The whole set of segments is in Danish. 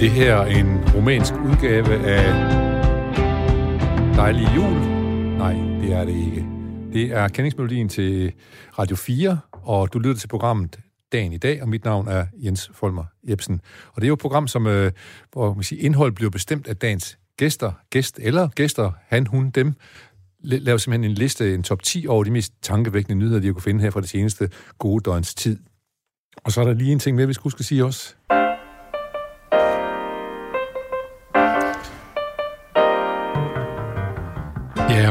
det her en romansk udgave af Dejlig Jul? Nej, det er det ikke. Det er kendingsmelodien til Radio 4, og du lytter til programmet Dagen i dag, og mit navn er Jens Folmer Jebsen. Og det er jo et program, som, øh, hvor man siger, indhold bliver bestemt af dagens gæster, gæst eller gæster, han, hun, dem, laver simpelthen en liste, en top 10 over de mest tankevækkende nyheder, de har kunne finde her fra det seneste gode døgns tid. Og så er der lige en ting mere, vi skulle huske at sige også. Ja,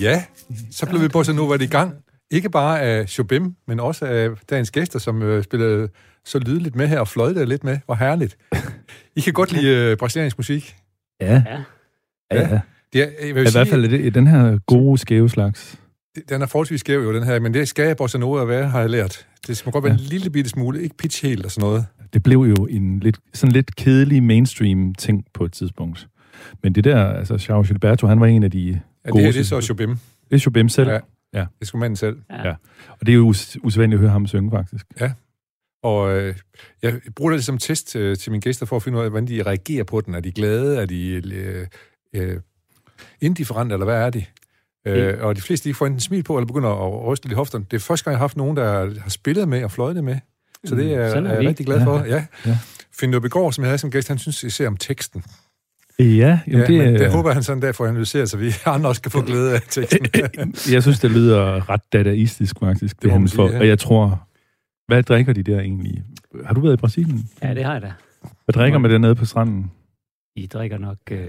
Ja, så blev vi på, så nu var det i gang. Ikke bare af Shobim, men også af dagens gæster, som øh, spillede så lydeligt med her og fløjtede lidt med. Hvor herligt. I kan godt lide øh, brasiliansk musik. Ja. Ja. ja. ja. Det er, jeg I vil sige, hvert fald i, det, i den her gode, skæve slags. den er forholdsvis skæv jo, den her, men det skal bossa nova være, har jeg lært. Det må godt være ja. Ja. en lille bitte smule, ikke pitch helt og sådan noget. Det blev jo en lidt, sådan lidt kedelig mainstream-ting på et tidspunkt. Men det der, altså, Charles Gilberto, han var en af de Ja, det gode. her, det er så Shobim. det er Jobim selv, Ja. ja. Det skulle manden selv. og det er jo us- usædvanligt at høre ham synge, faktisk. Og øh, jeg bruger det lidt som test øh, til mine gæster for at finde ud af, hvordan de reagerer på den. Er de glade? Er de øh, øh, indifferente, eller hvad er de? Øh, og de fleste de får enten smil på, eller begynder at ryste lidt i hofterne. Det er første gang, jeg har haft nogen, der har spillet med og fløjtet med. Så det er, sådan er er jeg vi. rigtig glad for. Ja. ja. Ja. Finn Løbegård, som jeg havde som gæst, han synes især om teksten. Ja, jamen, Ja, det, men det jeg, håber han sådan en dag får analyseret, så vi andre også kan få glæde af teksten. jeg synes, det lyder ret dadaistisk, faktisk. Det, må det man han sige, for, ja. Og jeg tror, hvad drikker de der egentlig? Har du været i Brasilien? ja, det har jeg da. Hvad drikker man dernede på stranden? Altså, I drikker nok øh,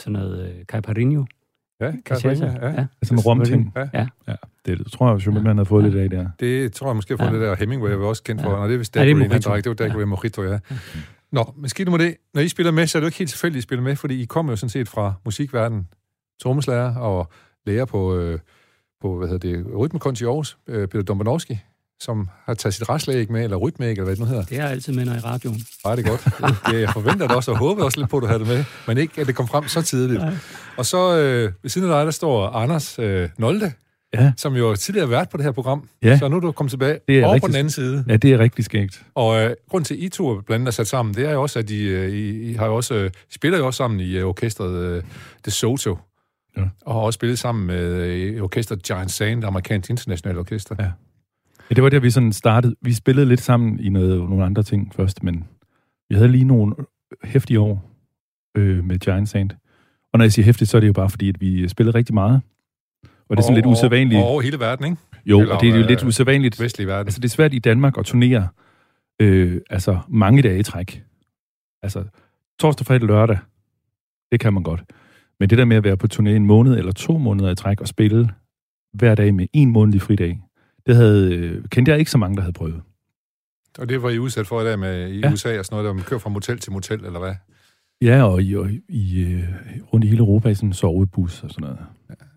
sådan noget øh, caipirinho. ja, Cachaça. Kasper, ja. ja. Altså en rumting. Ja. Det tror jeg, at man har fået lidt af der. Det tror jeg måske fra ja. Ja. det der Hemingway, jeg var også kendt for. Ja. Ja. Nå, det er vist Ja, det er Dagway, han Mojito. drak. Det var Dagway ja. Mojito, ja. Nå, men skidt nu med det. Når I spiller med, så er det jo ikke helt tilfældigt, at I spiller med, fordi I kommer jo sådan set fra musikverdenen. Trommeslager og lærer på, øh, på hvad hedder det, Rytmekunst i Aarhus, øh, Peter Dombanovski, som har taget sit restlæg med, eller rytmæg, eller hvad det nu hedder. Det har jeg altid med, når i radioen. Var det godt. Det, jeg forventer det også, og håbede også lidt på, at du havde det med, men ikke, at det kom frem så tidligt. Nej. Og så øh, ved siden af dig, der står Anders øh, Nolde, Ja. som jo tidligere har været på det her program. Ja. Så nu er du kommet tilbage Det er over på rigtigt. den anden side. Ja, det er rigtig skægt. Og øh, grund til, at I to er blandt andet er sat sammen, det er jo også, at I, øh, I, I har jo også, øh, spiller jo også sammen i øh, orkestret øh, The Soto. Ja. Ja. Og har også spillet sammen med øh, orkestret Giant Sand, det amerikansk internationale orkester. Ja. Ja. Ja, det var der, vi sådan startede. Vi spillede lidt sammen i noget, nogle andre ting først, men vi havde lige nogle hæftige år øh, med Giant Sand. Og når jeg siger hæftigt, så er det jo bare fordi, at vi spillede rigtig meget. Og det er sådan lidt usædvanligt. Og over hele verden, ikke? Jo, eller, og det er jo øh, lidt usædvanligt. Vestlige verden. Altså, det er svært i Danmark at turnere øh, altså, mange dage i træk. Altså, torsdag, fredag, lørdag, det kan man godt. Men det der med at være på turné en måned eller to måneder i træk og spille hver dag med en månedlig fridag, det havde, øh, kendte jeg ikke så mange, der havde prøvet. Og det var I udsat for i dag med i ja. Ja. USA og sådan noget, der man kører fra motel til motel, eller hvad? Ja, og i, og i øh, rundt i hele Europa i sådan en sovebus og sådan noget.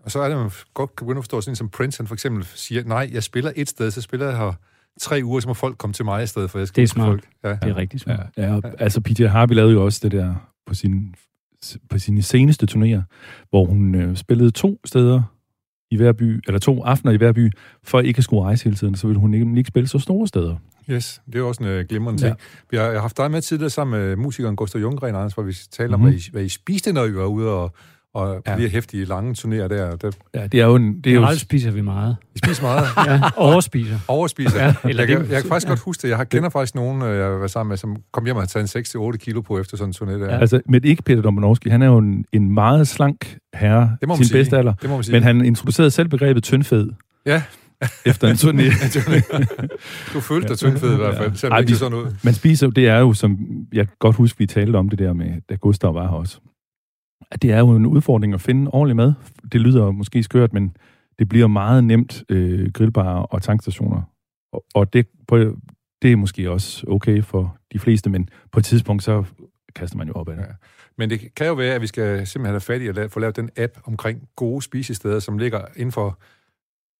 Og så er det, man godt kan begynde at forstå, sådan en som Prince, han for eksempel siger, nej, jeg spiller et sted, så spiller jeg her tre uger, så må folk komme til mig i stedet for, jeg skal Det er ud til smart. folk. Ja. Det er rigtig smukt. Ja, ja, og, altså PJ Harvey lavede jo også det der på, sin, på sine seneste turnéer, hvor hun øh, spillede to steder i hver by, eller to aftener i hver by, for ikke at skulle rejse hele tiden, så ville hun ikke, ikke spille så store steder. Yes, det er jo også en øh, glimrende ting. Vi har, jeg har haft dig med tidligere sammen med øh, musikeren Gustav Junggren, Anders, hvor vi talte om, Mhm. hvad I, hvad I spiste, når I var ude og, og ja. Ja. lige hæftige lange turnéer der. der Ja, det er jo en... Det er jo, Generelt spiser vi meget. I spiser meget, Ja, overspiser. overspiser. Ja, Ja, eller jeg, kan, det- jeg kan faktisk godt huske det. Jeg har- kender faktisk nogen, øh, jeg har været sammen med, som kom hjem og havde taget en 6-8 kilo på efter sådan en turné der. Ja. altså, men ikke Peter Dombrowski, han er jo en, en meget slank herre, Det må man sin sige. bedste alder, Det må man sige. men han introducerede selv begrebet tyndfed. Ja. Efter en turné. Du følte dig tyndfed i hvert fald, Ja. selvom Ej, det ikke så vi- sådan ud. Man spiser jo, det er jo, som jeg kan godt huske, vi talte om det der med, da Gustav var her også, at det er jo en udfordring at finde ordentlig mad. Det lyder måske skørt, men det bliver meget nemt øh, grillbarer og tankstationer. Og, og det, på, det er måske også okay for de fleste, men på et tidspunkt, så kaster man jo op af det. Ja. Men det kan jo være, at vi skal simpelthen have fat i at la- få lavet den app omkring gode spisesteder, som ligger inden for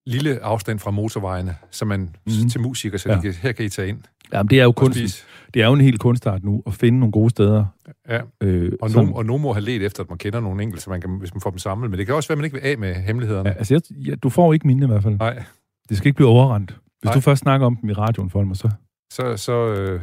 lille afstand fra motorvejene, så man Mhm. mm. til musikere, så ja. Ja. de kan, her kan I tage ind Jamen, det er jo og kunsten. spise. Det er jo en helt kunstart nu, at finde nogle gode steder. Ja. Øh, Og som- nogen, og nogen må have let efter, at man kender nogle enkelte, så man kan, hvis man får dem samlet. Men det kan også være, at man ikke vil af med hemmelighederne. Ja, Ja. altså, jeg, ja, du får ikke mine i hvert fald. Nej, Det skal ikke blive overrendt. Hvis Nej. du først snakker om dem i radioen for mig, så... så... så øh,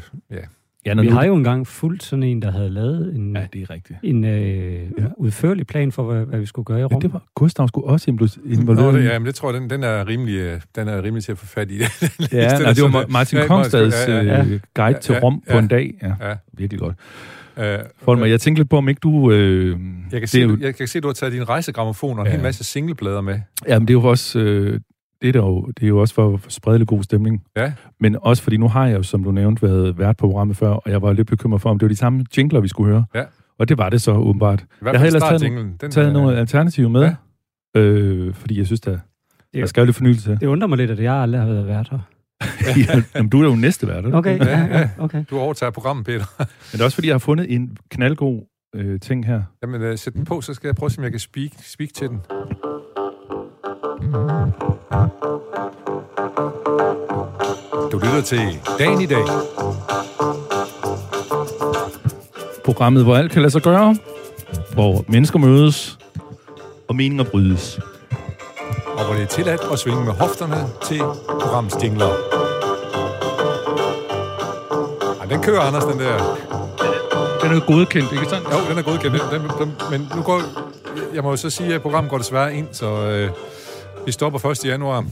Ja, Vi har jo engang fuldt sådan en, der havde lavet en, Ja, ja. det er rigtigt. en øh, Ja. ja. udførlig plan for, hvad, hvad vi skulle gøre i Men rummet. det var, Gustav skulle også impl- Nå, involveret. det, i- ja, men det tror jeg, den, den, er rimelig, øh, den er rimelig til at få fat i. Øh, Ja, Det er nej, det sådan, var at- Ma- Martin ja, Kongstads ja, ja, ja. øh, guide Ja, til ja, Rom på ja. en dag. Ja, Ja. virkelig godt. Øh, Folmer, jeg tænkte lidt på, om ikke du... Øh, jeg, det er kan se, jo, du- jeg kan se, du har taget din rejsegrammofon og en Ja. hel masse singleplader med. Jamen, det er jo også... Øh, det, er der jo, det er jo også for at sprede lidt god stemning. Ja. Men også fordi nu har jeg jo, som du nævnte, været vært på programmet før, og jeg var lidt bekymret for, om det var de samme jingler, vi skulle høre. Ja. Og det var det så åbenbart. I hvert Jeg har fald ellers taget startjinglen. Den, taget øh, noget alternativ med, ja. øh, fordi jeg synes, der, der skal jo lidt fornyelse til. Det undrer mig lidt, at jeg aldrig har været vært her. Jamen, du er jo næste vært. er du? Okay, Ja, ja, ja. ja, okay. Du overtager programmet, Peter. Men det er også, fordi jeg har fundet en knaldgod øh, ting her. Jamen, øh, sæt den på, så skal jeg prøve at se, om jeg kan speak, speak til den. Du lytter til Dagen i dag. Programmet, hvor alt kan lade sig gøre, hvor mennesker mødes og meninger brydes. Og hvor det er tilladt at svinge med hofterne til programmets jingler. Ej, den kører, Anders, den der. Den er jo godkendt, ikke sandt? Jo, den er godkendt. Den, den, den, men nu går... Jeg må jo så sige, at programmet går desværre ind, så øh, vi stopper 1. januar.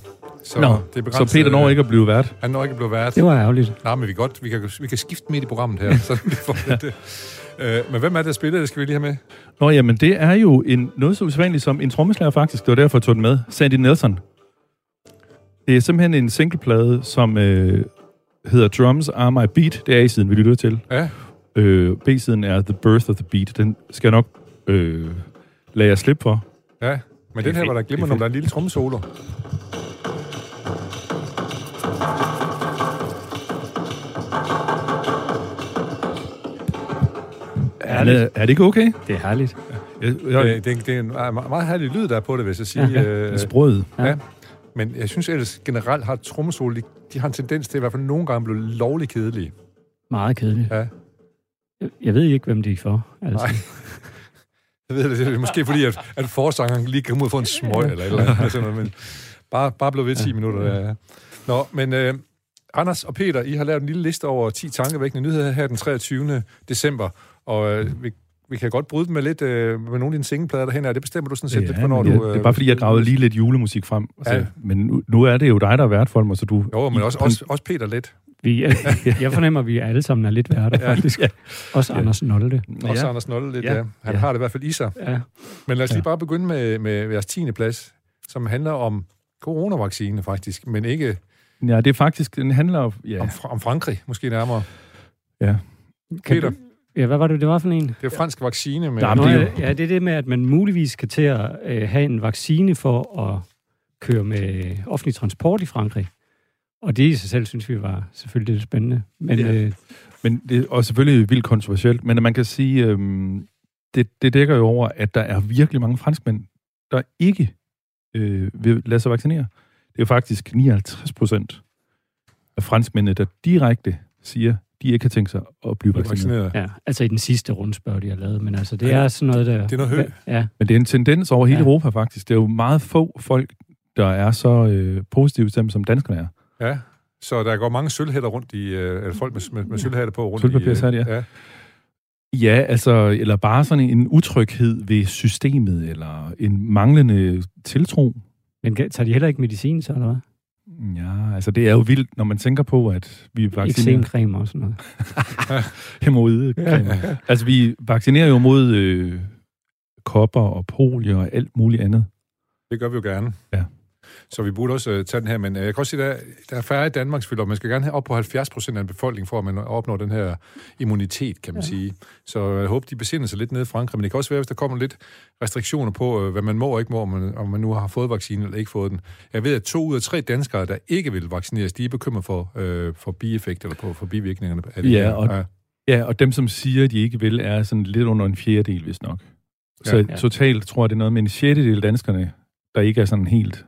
Så, Nå, det er begrænset, så Peter når øh, ikke at blive vært. Han når ikke at blive vært. Det var ærgerligt. Nej, men vi, kan godt, vi, kan, vi kan skifte midt i programmet her, så vi får lidt... Øh, øh, men hvem er det, der spiller? Det skal vi lige have med. Nå, jamen, det er jo en, noget så usædvanligt som en trommeslager, faktisk. Det var derfor, jeg tog den med. Sandy Nelson. Det er simpelthen en singleplade, som øh, hedder Drums Are My Beat. Det er A-siden, vi lytter til. Ja, Øh, B-siden er The Birth of the Beat. Den skal jeg nok øh, lade jer slippe for. ja. Men den her var der glimmer, når der er en lille trommesolo. Er det, er det ikke okay? Det er herligt. Jeg, Øh, jeg, Det, er- det er en meget, meget herlig lyd, der er på det, vil jeg så sige. Ja, ja. Øh, Sprød. ja. Men jeg synes ellers generelt har trommesolo, de, de har en tendens til i hvert fald nogle gange at blive lovlig kedelige. Meget kedeligt. Ja. Jeg, jeg ved ikke, hvem de er for. Altså. Nej. Jeg ved det, det er måske fordi, at, at forsangeren lige kom ud for en smøg eller et eller andet. eller Sådan noget, men bare, bare blev ved 10 minutter. Ja, ja. Nå, men øh, Anders og Peter, I har lavet en lille liste over 10 tankevækkende nyheder her den 23. december. Og øh, vi, vi kan godt bryde dem med lidt øh, med nogle af dine singleplader derhen. Det bestemmer du sådan set ja, lidt, hvornår men jeg, du... Øh, det er bare fordi, jeg gravede lige lidt julemusik frem. Altså, Ja. ja. Men nu, nu er det jo dig, der er vært for mig, så du... Jo, men også, også, også Peter lidt. Vi, jeg, jeg fornemmer, at vi alle sammen er lidt værter, faktisk. Ja. Også Anders Nolde. Ja. Også Anders Nolle lidt, ja. Ja. ja. Han Ja. har det i hvert fald i sig. Ja. Men lad os lige Ja. bare begynde med, med jeres 10. plads, som handler om coronavaccine faktisk, men ikke Ja, det er faktisk... Den handler om... Ja. om, Fra- om Frankrig, måske nærmere. Kan Peter. Du, ja, hvad var det, det var for en? Det er jo fransk vaccine, men... Der er Jamen, Nå, det er ja, ja, det er det med, at man muligvis kan til at øh, have en vaccine for at køre med offentlig transport i Frankrig. Og det i sig selv, synes vi, var selvfølgelig lidt spændende. Men Ja. ja. øh, Men det er også selvfølgelig vildt kontroversielt, men man kan sige, øhm, det, det dækker jo over, at der er virkelig mange franskmænd, der ikke øh, vil lade sig vaccinere. Det er faktisk 59 procent af franskmændene, der direkte siger, de ikke har tænkt sig at blive vaccineret. vaccineret. ja, altså i den sidste rundspørg, de har lavet, men altså det Ja. er sådan noget, der... Det er noget højt. Ja, Men det er en tendens over hele ja. Ja. Europa faktisk. Det er jo meget få folk, der er så øh, positive stemt, som danskerne er. Ja, så der går mange sølvhætter rundt i... øh, Eller folk med, med, med sølvhætter på rundt Sølvpapirshatte, i... øh, ja. ja. Ja, altså, eller bare sådan en utryghed ved systemet, eller en manglende tiltro men kan- tager de heller ikke medicin, så eller hvad? Ja, altså det er jo vildt, når man tænker på, at vi vaccinerer Eksemcreme og sådan noget. hemorrhoide. altså vi vaccinerer jo mod øh, kopper og polio og alt muligt andet. Det gør vi jo gerne. Ja. Så vi burde også øh, tage den her, men øh, jeg kan også sige, der, der er færre i Danmark, selvfølgelig, og man skal gerne have op på 70 procent af en befolkning, for at man opnår den her immunitet, kan man ja. sige. Så øh, jeg håber, de besinder sig lidt nede i Frankrig, men det kan også være, hvis der kommer lidt restriktioner på, øh, hvad man må og ikke må, om man, om man nu har fået vaccinen eller ikke fået den. Jeg ved, at to ud af tre danskere, der ikke vil vaccineres, de er bekymret for, øh, for bieffekt eller på, for bivirkningerne. af det Ja, her. og- ja. Ja, og dem, som siger, at de ikke vil, er sådan lidt under en fjerdedel, hvis nok. Så Ja. ja. totalt tror jeg, det er noget med en sjettedel af danskerne, der ikke er sådan helt...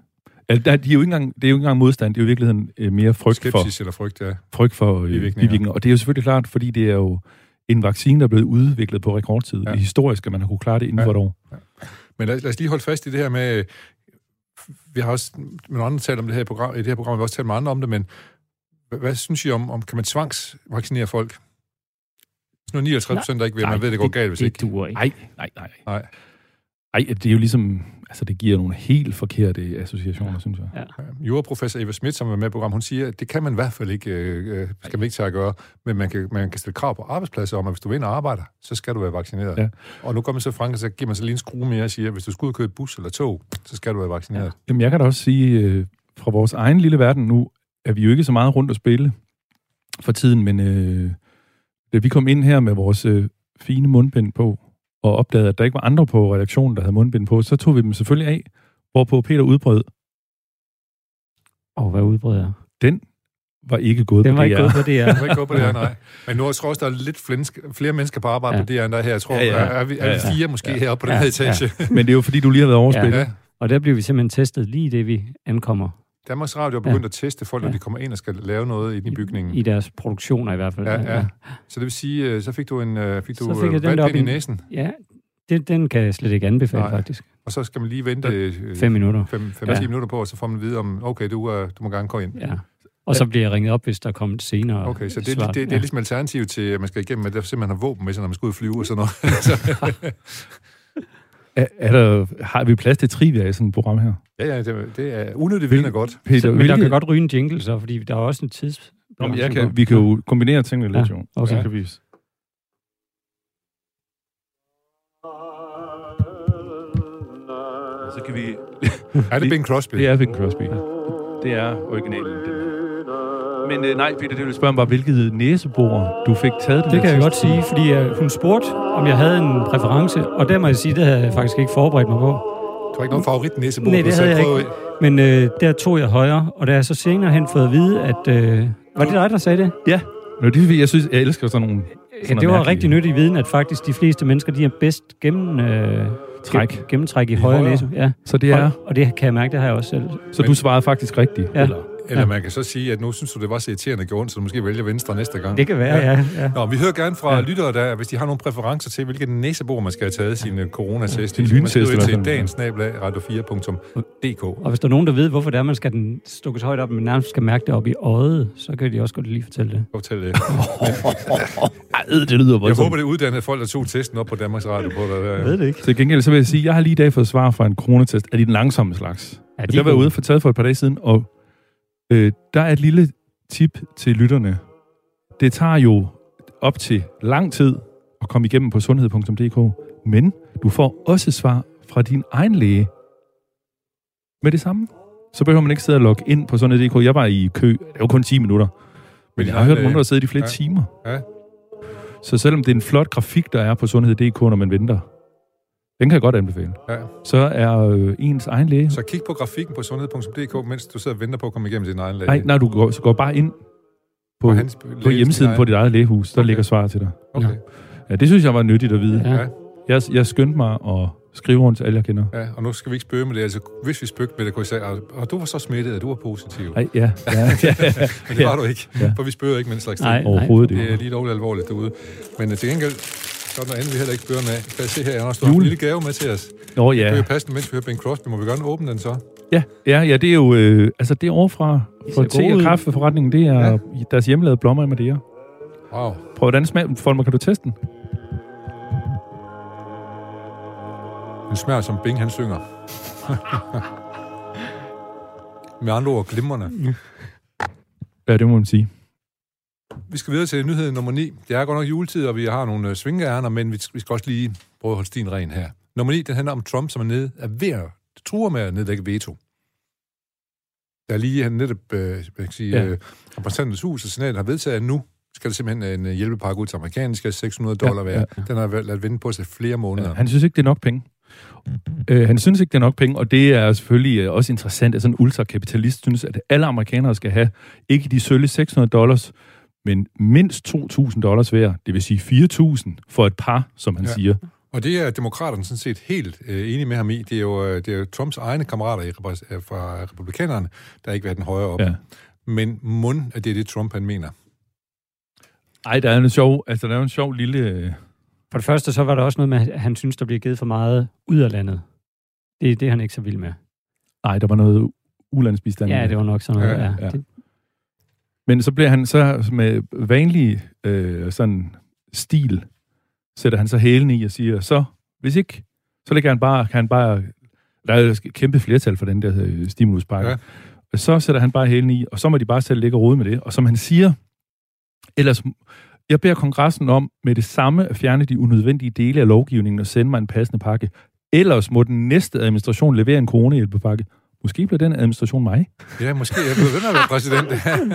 Altså, der- de er jo ikke engang, det er jo ikke engang modstand, det er jo i virkeligheden øh, mere frygt for, Skepsis eller frygt, ja. frygt for øh, Bivirkninger. bivirkninger. Og det er jo selvfølgelig klart, fordi det er jo en vaccine, der er blevet udviklet på rekordtid. Ja. Ja. Historisk, at man har kunne klare det inden Ja. ja. for et år. Men lad, lad os lige holde fast i det her med, øh, vi har også med nogle andre talt om det her i program, i det her program, vi har også talt med andre om det, men hvad, hvad synes I om, om kan man tvangsvaccinere folk? Sådan noget 59 procent, der ikke vil, man ved, det går galt, hvis det, ikke. Det duer ikke. Nej, nej, nej. Nej. Ej, det er jo ligesom... Altså, det giver nogle helt forkerte associationer, ja. synes jeg. Juraprofessor Eva Schmidt, som er med i programmet, hun siger, at det kan man i hvert fald ikke, øh, øh, skal man ikke tage at gøre, men man kan, man kan stille krav på arbejdspladser om, at hvis du vil ind og arbejder, så skal du være vaccineret. Ja. Ja. Og nu kommer så Frank, og så giver man så lige en skrue mere og siger, at hvis du skal ud og køre et bus eller tog, så skal du være vaccineret. Ja. Jamen, jeg kan da også sige, øh, fra vores egen lille verden nu, er vi jo ikke så meget rundt at spille for tiden, men øh, da vi kom ind her med vores øh, fine mundbind på, og opdagede, at der ikke var andre på redaktionen, der havde mundbind på, så tog vi dem selvfølgelig af, hvorpå Peter udbrød, Og hvad udbreder? var ikke gået Den på var DR. ikke god på det, ja. Jeg kan ikke gå på det her, nej. Men nu tror jeg også, der er lidt flinske, flere mennesker på arbejde ja. Ja. på DR, end der er her. Jeg tror, ja, ja. Ja, ja. Er, er, vi, er vi Ja, ja. fire måske ja. Ja. heroppe på den Ja, her ja. etage? Ja. Men det er jo, fordi du lige har været overspillet. Ja. Og der bliver vi simpelthen testet lige det, vi ankommer. Danmarks Radio er begyndt ja. at teste folk, når Ja. de kommer ind og skal lave noget inde i bygningen. I deres produktioner i hvert fald. Ja, ja. Så det vil sige, øh, så fik du en øh, fik Så du fik fik jeg den der op valgpind i i- næsen, ja det, den kan jeg slet ikke anbefale, Nej. Nej. faktisk. og så skal man lige vente øh, Fem minutter. 5-10 Ja. ja. minutter på, og så får man at vide om, okay, du, er, du må gerne gå ind. Ja. Og så bliver jeg ringet op, hvis der kommer et senere Okay, så det, svar. det, det, det er Ja. ligesom alternativ til, at man skal igennem, at der simpelthen har våben med sig, når man skal ud og flyve og sådan noget. så, Er, er der, har vi plads til trivia i sådan et program her? ja, ja, det, det er unødigt viden er godt. Peter, Så, men der hvilke- kan godt ryge en jingle så, fordi der er også en tids... Nå, men jeg kan, vi kan jo kombinere tingene lidt, Ja, jo. okay. Så kan vi... Så kan vi... Er det Bing Crosby? Det er Bing Crosby. Det er originalen. Men øh, nej, Peter, det vil spørge mig, hvilket næsebor du fik taget den Det kan her til. jeg godt sige, fordi øh, hun spurgte, om jeg havde en præference, og der må jeg sige, det havde jeg faktisk ikke forberedt mig på. Du har ikke nogen favorit næsebord, Nej, det havde jeg ikke. Men øh, der tog jeg højre, og der er så senere hen fået at vide, at... Øh, var det dig, der sagde det? Ja. Nå, det, er fordi, jeg synes, jeg elsker sådan nogle... Ja, det var rigtig nyttig viden, at faktisk de fleste mennesker, de er bedst gennem, øh, Træk. gen- gennemtræk i, højre højre? næse. Ja. Så det er... Og, og det kan jeg mærke, det har jeg også selv. Så du svarede faktisk rigtigt? Ja. Eller? Eller man kan så sige, at nu synes du, det var så irriterende at gøre ondt, så du måske vælger venstre næste gang. Det kan være, ja. ja. Nå, vi hører gerne fra ja. lyttere, der, hvis de har nogle præferencer til, hvilket næsebord man skal have taget sin øh, coronatest. Sin så kan man skrive lyntest ind i hvert til fald. dagens-radio4.dk. Og hvis der er nogen, der ved, hvorfor det er, man skal den stukkes højt op, men nærmest skal mærke det op i øjet, så kan de også godt lige fortælle det. Fortæl det. Ej, det lyder Jeg voldsomt. håber, det er uddannede folk, der tog testen op på Danmarks Radio. På der, Jeg ved det ikke. Til gengæld så vil jeg sige, at jeg har lige i dag fået svar fra en coronatest af den langsomme slags. Ja, Ja, de de jeg var gode. ude for taget for et par dage siden, og øh, der er et lille tip til lytterne. Det tager jo op til lang tid at komme igennem på sundhed.dk, men du får også svar fra din egen læge med det samme. Så behøver man ikke sidde og logge ind på sundhed.dk. Jeg var i kø, det var kun 10 minutter, men jeg har hørt nogen, der har siddet i flere Ja. ja. timer. Ja. Så selvom det er en flot grafik, der er på sundhed.dk, når man venter, den kan jeg godt anbefale. Ja. Så er øh, ens egen læge... Så kig på grafikken på sundhed.dk, mens du sidder og venter på at komme igennem til din egen læge. Nej, nej, du går, så går bare ind på, Øh, Og hans på læge- hjemmesiden på dit eget lægehus. Der Okay. okay. ligger svar til dig. Okay. Ja, det synes jeg var nyttigt at vide. Ja. Ja. Ja. Jeg, jeg skyndte mig at skrive rundt til alle, jeg kender. Ja, og nu skal vi ikke spøge med det. Altså, hvis vi spøgte med det, kunne jeg sige, "Og- og du var så smittet, at du var positiv. Nej, ja, ja, ja, ja. Men det var du ikke, Ja. for vi spøger ikke med den slags ting. Nej, nej. Overhovedet Det er ikke. lige lovligt alvorligt derude. Men øh, til gengæld, så er der noget andet, vi heller ikke spørger med. Kan jeg se her, Anders, du har en Jule. lille gave med til os. Nå, Ja. ja. Det er jo passende, mens vi hører Bing Crosby. Må vi gerne åbne den så? Ja, ja, ja, det er jo... Øh, altså, det er over fra, De fra ser gode te- og ud. kaffeforretningen. Det er ja. deres hjemmelavede blommer i Madeira. Wow. Prøv, hvordan smager den? Folmer, kan du teste den? Den smager som Bing, han synger. med andre ord, glimrende. Ja, det må man sige. Vi skal videre til nyhed nummer 9. Det er godt nok juletid, og vi har nogle øh, svingeærner, men vi sk- vi skal også lige prøve at holde stien ren her. Nummer 9, den handler om Trump, som er, nede, er ved at truer med at nedlægge veto. Der er lige han netop, øh, hvad kan jeg sige, Ja. ja. repræsentanternes hus og senatet har vedtaget, at nu skal der simpelthen en øh, hjælpepakke ud til amerikanerne. Det skal 600 dollar Ja, være. Ja, ja. Den har været- ladet vente på sig flere måneder. Ja. Han synes ikke, det er nok penge. Øh, han synes ikke, det er nok penge, og det er selvfølgelig øh, også interessant, at sådan en ultrakapitalist synes, at alle amerikanere skal have ikke de sølle 600 dollars, men mindst 2.000 dollars hver, det vil sige 4.000 for et par, som han Ja. ja. siger. Og det er demokraterne sådan set helt øh, enige med ham i. Det er jo, øh, det er jo Trumps egne kammerater i, repræs- øh, fra republikanerne, der ikke vil have den højere op. Ja. Ja. Men mund, at det er det, Trump han mener. Ej, der er en sjov, altså, der er jo en sjov lille... øh, For det første, så var der også noget med, at han synes, der bliver givet for meget ud af landet. Det er det, er han ikke så vild med. Ej, der var noget ulandsbistand. Ja, det var nok sådan noget. Ja, Ja, ja. ja. Det, Men så bliver han så med vanlig øh, sådan stil, sætter han så hælen i og siger, så hvis ikke, så lægger han bare, kan han bare, der er jo et kæmpe flertal for den der øh, stimuluspakke, Ja. ja. så sætter han bare hælen i, og så må de bare selv ligge og rode med det. Og som han siger, ellers, jeg beder kongressen om med det samme at fjerne de unødvendige dele af lovgivningen og sende mig en passende pakke. Ellers må den næste administration levere en coronahjælpepakke. Måske bliver den administration mig. Ja, måske er blevet ved med at være præsident. Jamen,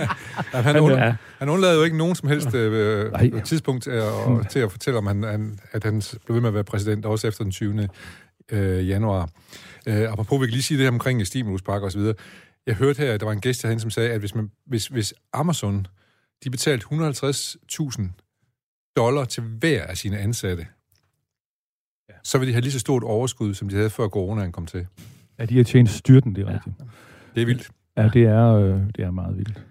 han, und, ja. han undlader jo ikke nogen som helst øh, Nej. tidspunkt til at, til at fortælle, om han, han, at han blev ved med at være præsident, også efter den 20. Øh, januar. Øh, apropos, vi kan lige sige det her omkring øh, stimuluspakker osv. Jeg hørte her, at der var en gæst herhen, som sagde, at hvis, man, hvis, hvis Amazon de betalte 150.000 dollar til hver af sine ansatte, ja. så ville de have lige så stort overskud, som de havde før coronaen kom til. Ja, de har tjent styrten, det er Ja. rigtigt. Det er vildt. Ja, det er, øh, det er meget vildt.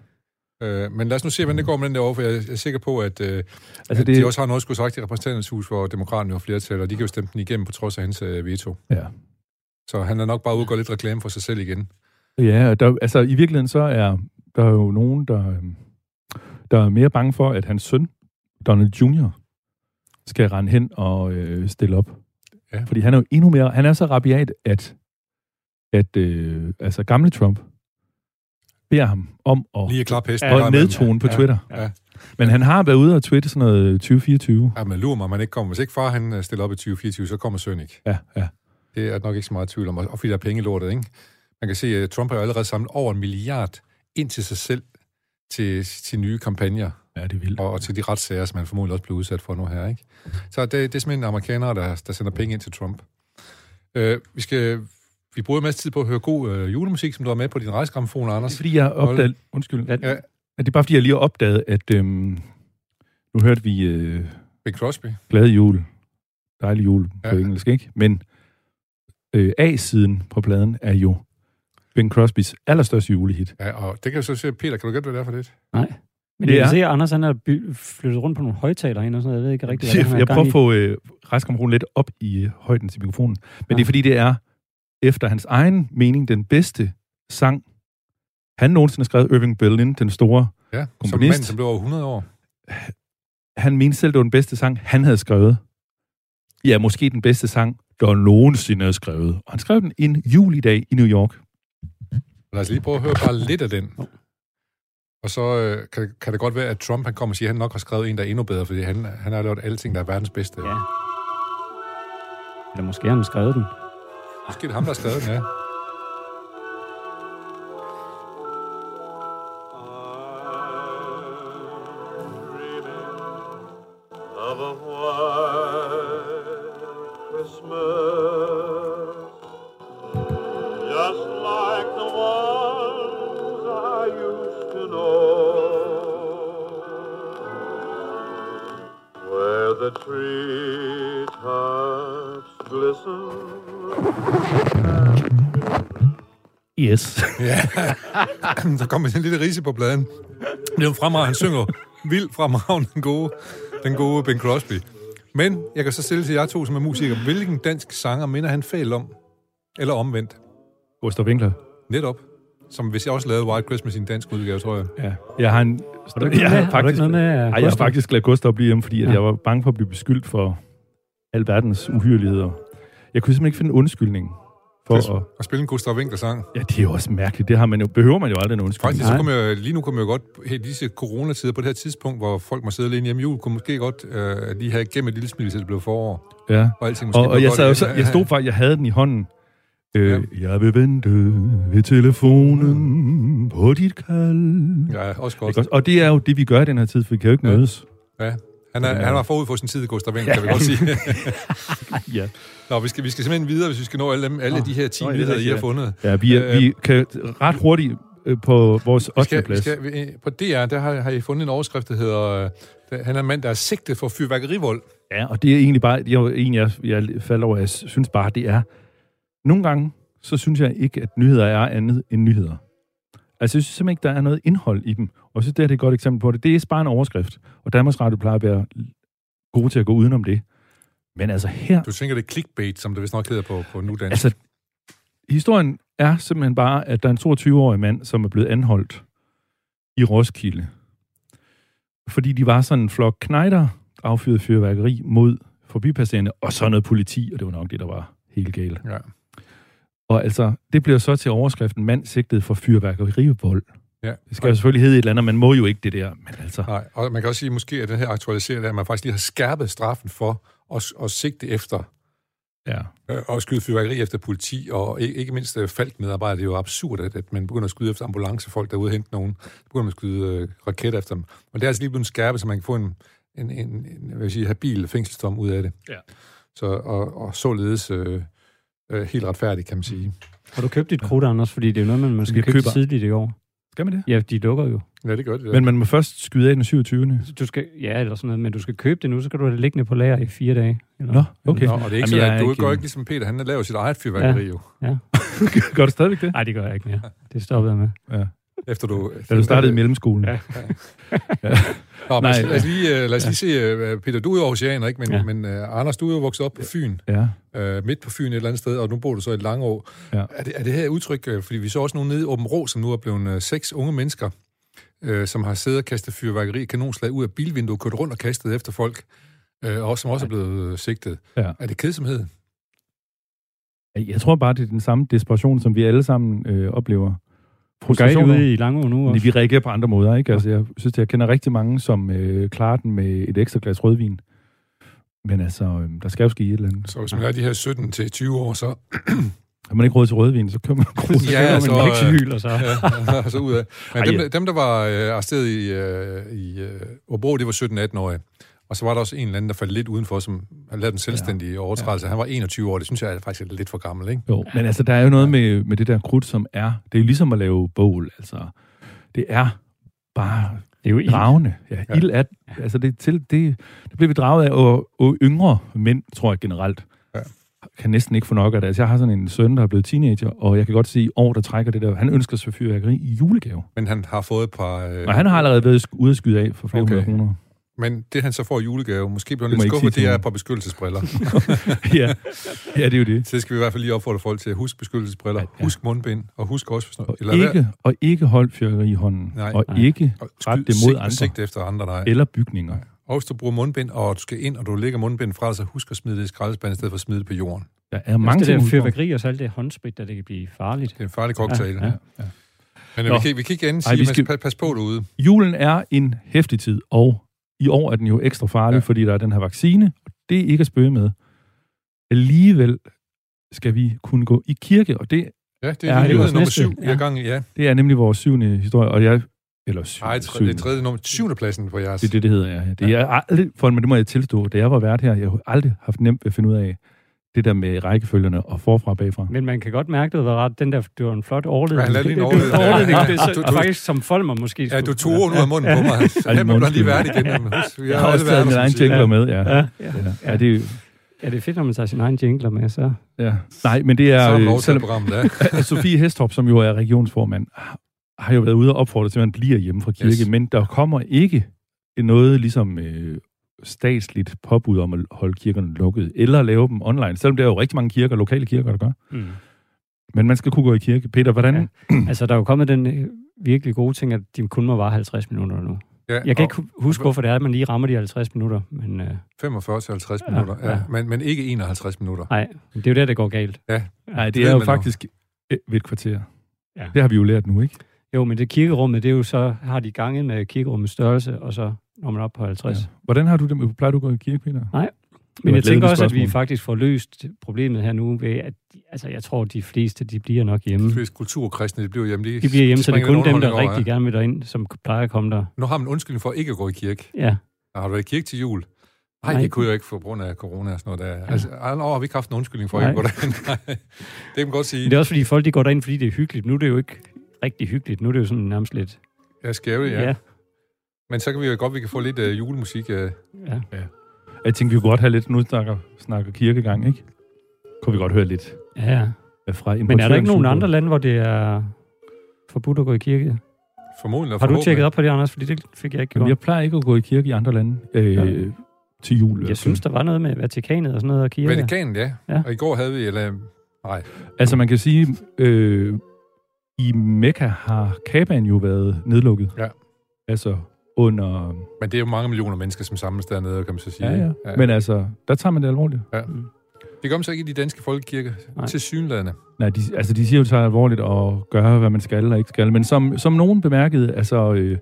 Øh, men lad os nu se, hvordan det går med den der over, for jeg jeg er sikker på, at, øh, altså, Altså, at det... de det, også har noget at skulle sagt i repræsentanternes hus, hvor demokraterne har flertal, og de kan jo stemme den igennem på trods af hans øh, veto. ja. Så han er nok bare ude og gøre lidt reklame for sig selv igen. ja og der, altså, i virkeligheden så er der er jo nogen, der, øhm, der er mere bange for, at hans søn, Donald Jr., skal rende hen og øh, stille op. Ja. Fordi han er jo endnu mere, han er så rabiat, at, at øh, altså, gamle Trump beder ham om at, Lige at klappe hesten. at nedtone på ja, Twitter. Ja, ja. Men han har været ude og twitte sådan noget 2024. ja, men lurer mig, man ikke kommer. Hvis ikke far han øh, stiller op i 2024, så kommer søn ikke. Ja, ja. Det er nok ikke så meget tvivl om, og og fordi der er penge i lortet, ikke? Man kan se, at Trump har jo allerede samlet over en milliard ind til sig selv til, til nye kampagner. Ja, det er vildt. og, og til de retssager, som han formodentlig også bliver udsat for nu her. Ikke? Så det, det er simpelthen amerikanere, der, der sender penge ind til Trump. Øh, vi skal vi bruger en masse tid på at høre god øh, julemusik, som du har med på din rejsegramfon, Det er Anders. fordi, jeg opdagede... Undskyld. Hvad- Ja. Det er bare fordi, jeg lige har opdaget, at øhm, nu hørte vi øh, Bing Crosby. Glade Jul, Dejlig Jul på Ja. ja. engelsk, ikke? Men øh, A-siden på pladen er jo Bing Crosbys allerstørste julehit. Ja, og det kan jeg så se, Peter, kan du gætte, hvad det er for lidt? Nej. Men Det jeg kan er- se, at Anders han er by- flyttet rundt på nogle højtalere ind og sådan noget. Jeg ved ikke rigtig, hvad det er, han jeg har prøver gang i. at få øh, rejskammeronen lidt op i øh, højden til mikrofonen. Men ja. det er Ja. fordi, det er efter hans egen mening den bedste sang, han nogensinde har skrevet, Irving Berlin, den store. Ja, som Komponist. mand, som blev over 100 år. Han mente selv, det var den bedste sang, han havde skrevet. Ja, måske den bedste sang, der nogensinde er skrevet. Og han skrev den en julidag i New York. Lad os lige prøve at høre bare lidt af den. Og så øh, kan, kan det godt være, at Trump han kommer og siger, at han nok har skrevet en, der er endnu bedre, fordi han, han har lavet alting, der er verdens bedste. Ja. Ja. Eller måske har han skrevet den. Måske er det ham, der har skrevet den, ja. of a white Christmas, just like the ones I used to know, where the treetops glisten Yes. Der kommer en lille rise på pladen. Det er jo fremragende. Han synger vildt fremragende, den gode, den gode Ben Crosby. Men jeg kan så stille til jer to, som er musikere. Hvilken dansk sanger minder han fejl om? Eller omvendt? Gustav Winkler. Netop. Som hvis jeg også lavede White Christmas i en dansk udgave, tror jeg. Ja. Jeg har en... Har du ikke noget med- har du ikke noget med, øh, Ej, jeg har Gustav? faktisk ladet Gustav blive hjemme, fordi at Ja. jeg var bange for at blive beskyldt for alverdens uhyreligheder. Jeg kunne simpelthen ikke finde en undskyldning for at... Og spille en Gustav Winkler-sang. Ja, det er jo også mærkeligt. Det har man jo, behøver man jo aldrig en undskyldning. Faktisk, så kunne jeg, lige nu kommer jeg godt, helt disse coronatider på det her tidspunkt, hvor folk må sidde alene hjemme i jul, kunne måske godt øh, lige have igennem et lille smil, til det blev forår. Ja. Og alting måske Og, blev og jeg, godt sad jo igen. så, jeg stod faktisk, jeg havde den i hånden. Øh, Jeg vil vente ved telefonen på dit kald. Ja, også godt. Ikke også? Og det er jo det, vi gør i den her tid, for vi kan jo ikke Ja. mødes. Ja. Han, er, han var forud for sin tid, Gustav Winkler, kan vi godt sige. Ja. Nå, vi skal, vi skal simpelthen videre, hvis vi skal nå alle, dem, alle de her 10 nå, ja, det er nyheder, I har rigtigt, fundet. Ja, vi, er, Øh, vi kan ret hurtigt øh, på vores 8. Skal, plads. skal, vi- på DR, der har, har I fundet en overskrift, der hedder, øh, der- han er en mand, der er sigtet for fyrværkerivold. Ja, og det er egentlig bare, det er jo en, jeg, jeg falder over, jeg synes bare, det er, nogle gange, så synes jeg ikke, at nyheder er andet end nyheder. Altså, jeg synes simpelthen ikke, der er noget indhold i dem. Og så det her det er et godt eksempel på det. Det er bare en overskrift. Og Danmarks Radio plejer at være gode til at gå udenom det. Men altså her... Du tænker, det er clickbait, som det vist nok hedder på, på nudansk. Altså, Altså, historien er simpelthen bare, at der er en 22-årig mand, som er blevet anholdt i Roskilde. Fordi de var sådan en flok knejder, affyret fyrværkeri mod forbipasserende, og så noget politi, og det var nok det, der var helt galt. Ja. Og altså, det bliver så til overskriften, mand sigtet for fyrværkerivold. ja. Det skal jo selvfølgelig hedde et eller andet, man må jo ikke det der, men altså... Nej, og man kan også sige, måske at den her aktualiseret, at man faktisk lige har skærpet straffen for at, at sigte efter Ja. øh, og skyde fyrværkeri efter politi, og i- ikke mindst øh, falkmedarbejdere. Det er jo absurd, at, at man begynder at skyde efter ambulancefolk, der er ude og hente nogen. Så begynder man at skyde øh, raketter efter dem. Men det er altså lige blevet skærpet, så man kan få en, en, en, en hvad vil jeg sige, habil fængselsdom ud af det. Ja. Så, og, og således øh, øh, helt retfærdigt, kan man sige. Har du købt dit krudt, Anders? Fordi det er jo noget, man Vi måske købe køber- tidligt i år. Skal man det? Ja, de lukker jo. Altså, Ja, det gør det. da. Men man må først skyde af den 27. Du skal, ja, eller sådan noget, men du skal købe det nu, så kan du have det liggende på lager i fire dage. Eller? Nå, okay. Nå, og det er ikke Jamen, sådan, at jeg du er ikke- ikke... går ikke ligesom Peter, han laver sit eget fyrværkeri ja. jo. Gør du stadigvæk det? Nej, det gør jeg ikke mere. Det stoppede jeg med. Ja. Efter du, Da du startede i mellemskolen. Ja. Nå, men Nej. lad os lige, øh, lad os lige se, øh, Peter, du er jo oceaner, ikke? Men, ja. Ja. men uh, Anders, du er jo vokset op på Fyn, ja. uh, midt på Fyn et eller andet sted, og nu bor du så i Langå. Ja. Er, det, er det her et udtryk, øh, fordi vi så også nogle nede i Åben Rå, som nu er blevet uh, seks unge mennesker, uh, som har siddet og kastet fyrværkeri og kanonslag ud af bilvinduet, kørt rundt og kastet efter folk, uh, og som også er blevet uh, sigtet. Ja. Er det kedsomhed? Jeg tror bare, det er den samme desperation, som vi alle sammen øh, oplever. Du gør I det Frustrationer. ude i Langå nu Men også. vi reagerer på andre måder, ikke? Altså, jeg synes, jeg kender rigtig mange, som øh, klarer den med et ekstra glas rødvin. Men altså, øh, der skal jo ske et eller andet. Så hvis man er de her 17-20 år, så, Har man ikke råd til rødvin, så kører man grus. Ja, Ja, altså, altså, man ikke øh, hyl, og så. ja, så ud af. Men Ej, dem, ja. dem, der var øh, arresteret i, øh, i øh, Åbro, det var 17-18-årige. Og så var der også en eller anden, der faldt lidt udenfor, som havde lavet en selvstændig overtrædelse. Han var 21 år, det synes jeg er faktisk er lidt for gammel, ikke? Jo, men altså, der er jo noget med, med det der krudt, som er... Det er jo ligesom at lave bål, altså. Det er bare Det er jo ild. dragende. Ja, Ja. ild er, altså det, er til, det, det bliver vi draget af, og, og yngre mænd, tror jeg generelt, Ja. ja. kan næsten ikke få nok af det. Altså, jeg har sådan en søn, der er blevet teenager, og jeg kan godt sige, år der trækker det der, han ønsker sig fyrværkeri i julegave. Men han har fået et par... Øh, Og han har allerede været sk- ude at skyde af for flere Okay. okay. hundrede kroner. Men det, han så får i julegave, måske bliver han Det lidt må jeg ikke skuffet, sige til det er nogen. et par beskyttelsesbriller. ja. ja, det er jo det. så det skal vi i hvert fald lige opfordre folk til. Husk beskyttelsesbriller, Ja, ja, ja. husk mundbind, og husk også... Hvis Og eller hvad- ikke, og ikke hold fyrværkeri i hånden, Nej. og Nej. ikke og ret skyd- det mod sigt- andre. Sigt efter andre, nej. eller bygninger. Og hvis du bruger mundbind, og du skal ind, og du lægger mundbind fra dig, så husk at smide det i skraldespanden, i stedet for at smide det på jorden. Der er mange Mange altså, det ting, der udenom. fyrværkeri og så alt det håndsprit, der det kan blive farligt. Det er en farlig cocktail. Ja, ja. Men øh, Nå. vi kan, vi kan ikke andet sige, Ej, Ej, vi skal... skal- pas, pas på derude. Julen er en hæftig tid, og i år er den jo ekstra farlig, Ja. ja. fordi der er den her vaccine, og det er ikke at spøge med. Alligevel skal vi kunne gå i kirke, og det, Ja, det Ja, er ja, det er nyhed vores nummer næste. syv. Ja. Ja. Jeg gang, i- ja. det er nemlig vores syvende historie, og jeg... Eller syvende, Ej, tre, det er syvende. tredje nummer, syvende pladsen på jeres. Det er det, det hedder, ja. Det, ja. Jeg aldrig, for, men det må jeg tilstå, da jeg var vært her, jeg har aldrig haft nemt ved at finde ud af det der med rækkefølgerne og forfra og bagfra. Men man kan godt mærke, det var ret. Den der, det var en flot overledning. Ja, han lavede lige en Det- det- det- overledning. overledning. Det er Du- så, du- faktisk som Folmer måske. Ja, skulle- du tog ordene ud af munden på mig. Så det her må må du lige undskylde. være det igen. Jamen, husk, vi Jeg har har også alle været taget min egen jingler med, ja. Ja, ja. ja. ja. ja, det, er jo- ja, det er fedt, når man tager sin egen jingler med, så... ja. Nej, men det er... Så er øh, lov til selvom- programmet, ja. Øh, Sofie Hestorp, som jo er regionsformand, har- har jo været ude og opfordre til, at man bliver hjemme fra kirke, Yes. yes. men der kommer ikke noget ligesom øh, statsligt påbud om at holde kirkerne lukket, eller lave dem online, selvom der er jo rigtig mange kirker, lokale kirker, der gør. Mm. Men man skal kunne gå i kirke. Peter, hvordan? Ja. Ja. Altså, der er jo kommet den øh, virkelig gode ting, at de kun må vare 50 minutter nu. ja. Jeg kan og ikke hu- huske, hvorfor det er, at man lige rammer de 50 minutter, men øh, 45 til 50 minutter, ja. ja. Men, men ikke 51 minutter. nej, det er jo der, det går galt. Nej, det ved er jo man jo. faktisk øh, ved et kvarter. Ja. Ja. Det har vi jo lært nu, ikke? Jo, men det kirkerummet, det er jo så, har de ganget med kirkerummets størrelse, og så når man op på 50. Ja. Hvordan har du det? med- Plejer du at gå i kirke, Peter? var Men jeg et tænker ledende også, at vi spørgsmål. faktisk får løst problemet her nu ved, at de- altså, jeg tror, de fleste, de bliver nok hjemme. Mm. Hvis kulturkristne, det bliver hjemme lige. De bliver hjemme, så det er springer kun en dem, der underholdning over, rigtig gerne vil derind, som plejer at komme der. ja. Nu har man undskyldning for ikke at gå i kirke. Ja, Har du været i kirke til jul? Nej, Nej. det kunne jeg ikke for grund af corona og sådan noget der. Altså, ej, nå, har vi ikke haft en undskyldning for ikke at gå Nej. derind? Nej. Det kan man godt sige. men det er også fordi folk, de går derind, fordi det er hyggeligt. Nu er det jo ikke rigtig hyggeligt. Nu er det jo sådan nærmest lidt... Ja, scary, ja. ja. ja. Men så kan vi jo godt, vi kan få lidt øh, julemusik. Øh. ja. Jeg tænkte, vi kunne godt have lidt, nu snakker, snakker kirkegang, ikke? Kunne vi godt høre lidt ja, ja. af fra Men er der ikke nogen importøren andre lande, hvor det er forbudt at gå i kirke? Formodentlig og Har du forhåbentlig. tjekket op på det, Anders? Fordi det fik jeg ikke Jamen, gjort. jeg plejer ikke at gå i kirke i andre lande øh, Ja. ja. til jul. i hvert fald. Jeg synes, der var noget med Vatikanet og sådan noget og kirke. Vatikanet, ja. Ja. ja. Og i går havde vi, eller Altså, man kan sige, øh, i Mekka har Kaban jo været nedlukket. Ja. Altså, under... Men det er jo mange millioner mennesker, som samles dernede, kan man så sige. Ja, ja. ikke? ja. Men altså, der tager man det alvorligt. Mm. Det gør man så ikke i de danske folkekirker, Nej. til synlædende. Nej, de, altså, de siger jo, at tager alvorligt og gør, hvad man skal og ikke skal. Men som, som nogen bemærkede, altså, øh,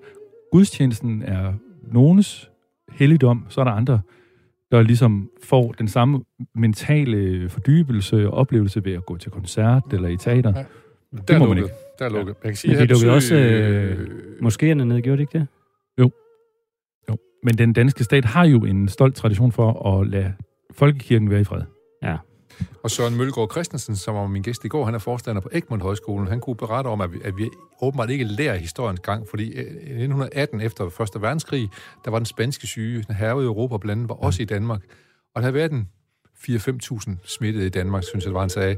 gudstjenesten er nogens helligdom, så er der andre, der ligesom får den samme mentale fordybelse og oplevelse ved at gå til koncert eller i teater. Ja. Det Der er må man lukket. ikke. Der er lukket. Jeg kan sige, Men jeg havde de lukkede besøg, øh, øh, også, Moskéerne nede, gjorde det ikke det? Men den danske stat har jo en stolt tradition for at lade folkekirken være i fred. Og Søren Mølgaard Christensen, som var min gæst i går, han er forstander på Egmont Højskolen. Han kunne berette om, at vi, at vi åbenbart ikke lærer historiens gang, fordi øh, i 1918, efter Første verdenskrig, der var den spanske syge, den hervede i Europa blandt andet, var også i Danmark. Og der havde været en 4-5.000 smittede i Danmark, synes jeg, det var, han sagde.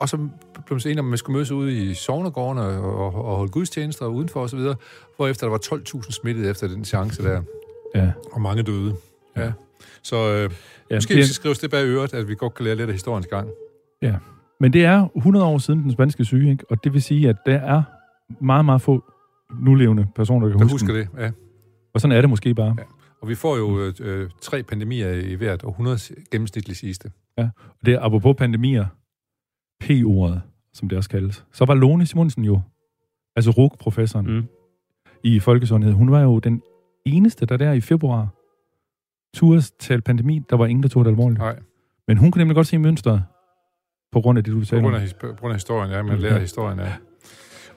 Og så blev man så enige om, at man skulle mødes ude i sovnegårdene og, og, og holde gudstjenester udenfor osv., hvorefter der var 12.000 smittede efter den chance der, Ja. og mange døde. Ja. Så øh, Ja, måske det vi er- skal skrive det bag øret, at vi godt kan lære lidt af historiens gang. Men det er 100 år siden den spanske syge, ikke? og det vil sige, at der er meget, meget få nulevende personer, der kan Jeg huske husker den. det, ja. Og sådan er det måske bare. Ja. Og vi får Mm. jo øh, øh, tre pandemier i hvert århundrede gennemsnitligt sidste. Mm. Og det er apropos pandemier, P-ordet, som det også kaldes. Så var Lone Simonsen jo, altså RUG-professoren mm. Mm. i folkesundhed, hun var jo den eneste, der der i februar turde tale pandemi, der var ingen, der tog det alvorligt. Nej, Men hun kunne nemlig godt se mønstret på grund af det, du på sagde. grund af, his- på grund af historien, ja, man Mm, lærer ja. historien af.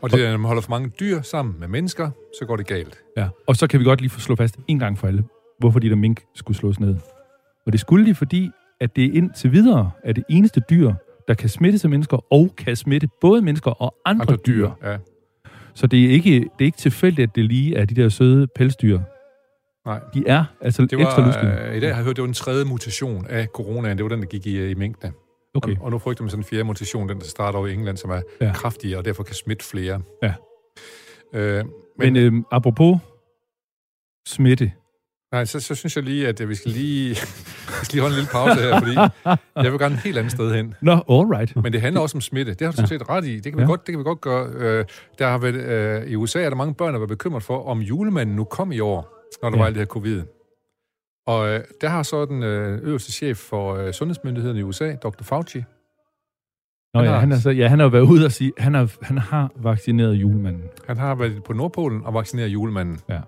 Og det er, når man holder for mange dyr sammen med mennesker, så går det galt. Ja, og så kan vi godt lige få slå fast en gang for alle, hvorfor de der mink skulle slås ned. Og det skulle de, fordi at det indtil videre er det eneste dyr, der kan smitte sig mennesker, og kan smitte både mennesker og andre, andre dyr. dyr. Ja. Så det er, ikke, det er ikke tilfældigt, at det lige er de der søde pelsdyr. Nej. De er altså Det ekstra lystige. var, øh, I dag har jeg hørt, det var den tredje mutation af coronaen. Det var den, der gik i, øh, i minkene. Okay. Og, og nu frygter man sådan en fjerde mutation, den der starter over i England, som er Ja. ja. kraftigere og derfor kan smitte flere. Ja. Øh, men, Men, men men øhm, apropos smitte. nej, så, så synes jeg lige, at øh, vi skal lige, vi skal lige holde en lille pause her, fordi jeg vil gerne et helt andet sted hen. Nå, all right. Men det handler også om smitte. Det har du sådan set ret i. Det kan vi, Ja. ja. godt, det kan vi godt gøre. Øh, der har været, øh, I USA er der mange børn, der var bekymret for, om julemanden nu kom i år, når der Ja. ja. var alt det her covid. Og øh, der har så den øh, øverste chef for øh, sundhedsmyndigheden i USA, Dr. Fauci. Nå, han ja, har- han, er så, ja, han har jo været ude og sige, han har, han har vaccineret julemanden. Han har været på Nordpolen og vaccineret julemanden. Ja.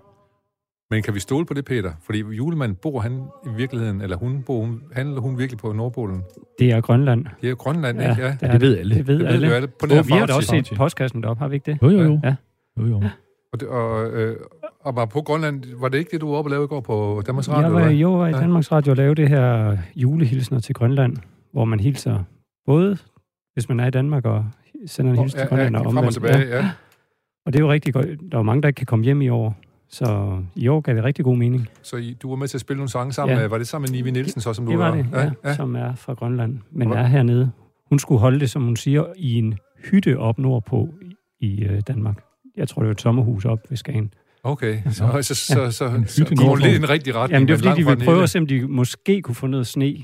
Men kan vi stole på det, Peter? Fordi julemanden bor han i virkeligheden, eller hun bor, hun, handler hun virkelig på Nordpolen? Det er Grønland. Det er jo Grønland, ja. ikke? Ja. Ja, det ved alle. Det ved Det alle. ved vi alle. På Åh, nær vi har da Fauci. også set Fauci. postkassen deroppe, har vi ikke det? Jo, jo, jo. Ja. jo, jo. Og, det- og, øh, og bare på Grønland, var det ikke det, du var oppe og lavede i går på Danmarks Radio? Jeg var, eller hvad? jo, var i Ja. Danmarks Radio og lave det her julehilsner til Grønland, hvor man hilser både, hvis man er i Danmark, og sender en hilsen til Grønland og frem og omvendt. tilbage, ja. Og det er jo rigtig godt. Der er jo mange, der ikke kan komme hjem i år, så i år gav det rigtig god mening. Så I, du var med til at spille nogle sange sammen Ja. med, var det sammen med Nivi Nielsen så, som du Det var var? det, ja, ja. som er fra Grønland, men Og- er hernede. Hun skulle holde det, som hun siger, i en hytte op nordpå i øh, Danmark. Jeg tror, det var et sommerhus op ved Skagen. Okay, så, så, så, så, En så, hyggelig går hun nordform. lidt i den rigtige retning. Jamen, det er men fordi, langt de fra ville den prøve hele. at se, om de måske kunne få noget sne.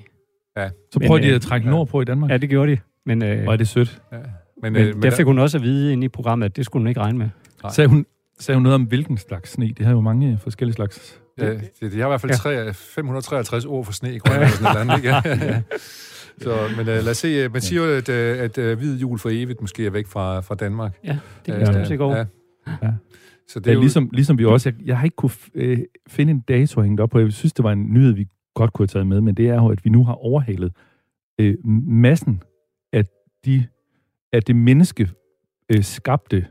Så Men, prøver de øh, at trække ja. nordpå i Danmark. Ja, det gjorde de. Men, øh, Hvor er det sødt. Ja. Men, men, øh, men der fik hun også at vide inde i programmet, at det skulle hun ikke regne med. Nej. Sagde hun, sagde hun noget om hvilken slags sne? Det har jo mange forskellige slags. øh, det, jeg har i hvert fald Ja. tre, 563 ord for sne i Grønland, eller sådan et eller andet, ikke? Ja. Så, men øh, lad os se, øh, man siger jo, at, øh, at øh, hvid jul for evigt måske er væk fra, fra Danmark. Det kan jeg også ikke over. Øh, Ja. Ja. Så det Det er er jo, ligesom, ligesom vi også, jeg, jeg har ikke kunne f- øh, finde en dato hængt op på. Jeg synes, det var en nyhed, vi godt kunne have taget med, men det er jo, at vi nu har overhalet øh, massen af, de, af det menneske øh, skabte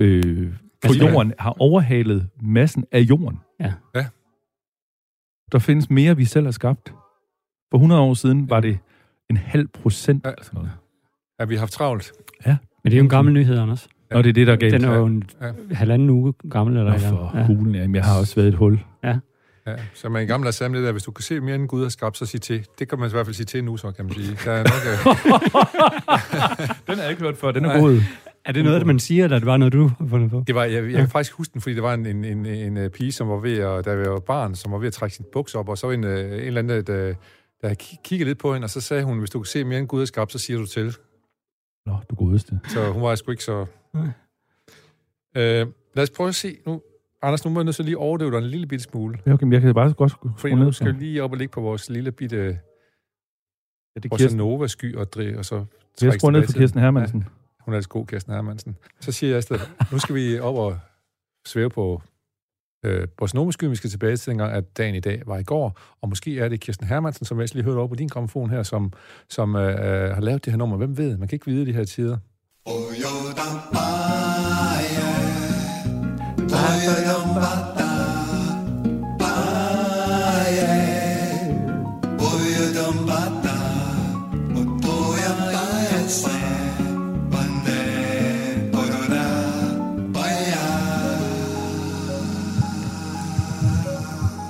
øh, på Altså, ja. jorden, har overhalet massen af jorden. Ja. Ja. Der findes mere, vi selv har skabt. For 100 år siden var det en halv procent. Ja. eller sådan noget. at vi har haft travlt. Men det er jo en gammel nyhed, Anders. Nå, det er det, der er galt. Den er jo en Ja. halvanden uge gammel. Eller Nå, et eller andet. for ja. hulen, jamen, jeg har også været i et hul. Ja, så man i gamle er sammen det der, hvis du kan se mere end Gud har skabt, så sig til. Det kan man i hvert fald sige til nu, så kan man sige. Der er nok, øh, Den har jeg ikke hørt før, den er god. Er det noget, man siger, eller er det bare noget, du har fundet på? det var, jeg, jeg kan faktisk huske den, fordi det var en, en, en, en øh, pige, som var ved at, der var barn, som var ved at trække sin buks op, og så var en, øh, en eller anden, der, der ki- kiggede lidt på hende, og så sagde hun, hvis du kan se mere end Gud har skabt, så siger du til. Nå, du godeste. Så hun var sgu ikke så... Nej. Øh, lad os prøve at se nu. Anders, nu må jeg nødt til lige overdøve dig en lille bitte smule. Ja, okay, men jeg kan bare godt skrue Fordi ned. nu skal så. vi lige op og ligge på vores lille bitte Ja, det er vores Kirsten. Nova-sky og, dri, og så Jeg trækkes skruer ned tilbage for til- Kirsten Hermansen. Ja. Hun er altså god, Kirsten Hermansen. Så siger jeg i stedet, nu skal vi op og svæve på øh, Bosnomesky, vi skal tilbage til dengang, at dagen i dag var i går, og måske er det Kirsten Hermansen, som jeg lige hørte over på din gramofon her, som, som øh, øh, har lavet det her nummer. Hvem ved? Man kan ikke vide de her tider.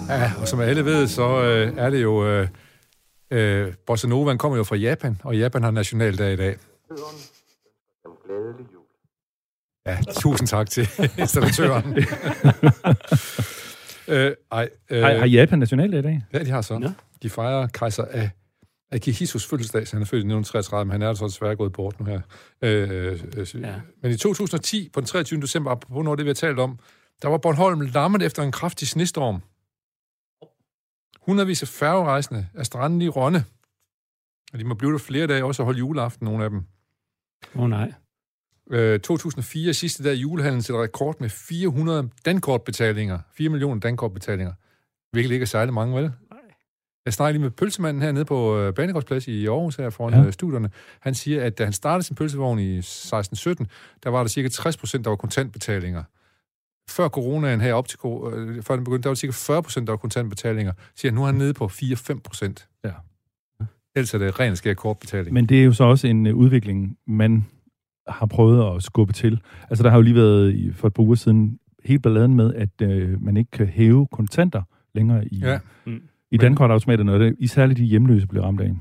Ja, og som alle ved, så øh, er det jo... Øh, øh, Bossa Novaen kommer jo fra Japan, og Japan har nationaldag i dag. Dem glædelig jul. Ja, tusind tak til installatøren. øh, ej, øh, Har, har Japan nationaldag i dag? Ja, de har så. Nå. Ja. De fejrer kejser af Akihisos fødselsdag, så han er født i 1933, men han er så desværre gået bort nu her. Øh, øh, øh, ja. Ja. Men i 2010, på den 23. december, apropos noget af det, vi har talt om, der var Bornholm lammet efter en kraftig snestorm. Hundredvis af færgerejsende er stranden i Rønne. Og de må blive der flere dage, også at holde juleaften, nogle af dem. Åh oh, nej. Øh, 2004, sidste dag i julehandlen, sætter rekord med 400 dankortbetalinger. 4 millioner dankortbetalinger. Hvilket ikke er særlig mange, vel? Jeg snakker lige med pølsemanden hernede på øh, Banegårdsplads i Aarhus, her foran Ja. ja. studierne. Han siger, at da han startede sin pølsevogn i 16-17, der var der cirka 60 procent, der var kontantbetalinger. Før coronaen her op til, ko- øh, før den begyndte, der var cirka 40 procent, der var kontantbetalinger. Siger han, nu er han nede på 4-5 procent. Ja. Ellers er det rent skære kortbetaling. Men det er jo så også en øh, udvikling, man har prøvet at skubbe til. Altså, der har jo lige været i- for et par uger siden helt balladen med, at øh, man ikke kan hæve kontanter længere i, Ja. ja. Mm. i dankortautomaterne, og det, især de hjemløse blev ramt af.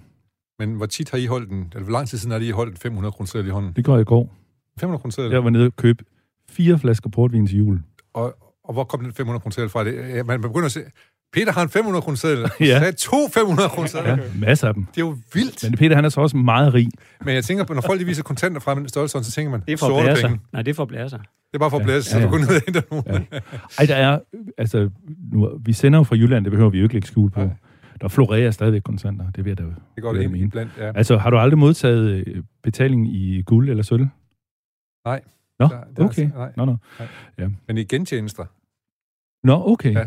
Men hvor tit har I holdt den? Eller hvor lang tid siden har I holdt en 500 kroner seddel i hånden? Det gør jeg i går. 500 kroner seddel? Jeg var nede og købe fire flasker portvin til jul. Og, og hvor kom den 500 kroner seddel fra? Det, ja, man man begynder at se, Peter har en 500 kroner seddel. Ja. Der er to 500 kroner seddel. Ja, masser af dem. Det er jo vildt. Men Peter, han er så også meget rig. Men jeg tænker på, når folk lige viser kontanter frem i den størrelse, så tænker man, Det er for at sorte blære sig. penge. Nej, det er for at blære sig. Det er bare for at Ja. blæse, så Ja, du ja. går ned og henter nogen. Ja. Ej, der er, altså, nu, vi sender jo fra Jylland, det behøver vi jo ikke lægge skjul på. Nej. Der florerer stadigvæk kontanter, det ved jeg da. Det går det Ja, ind men- iblandt. Ja. Altså, har du aldrig modtaget øh, betaling i guld eller sølv? Nej. Nå, Der- der er okay. altså- nej. Nå, nå. Men i gentjenester. Nå, okay. Ja. Ja.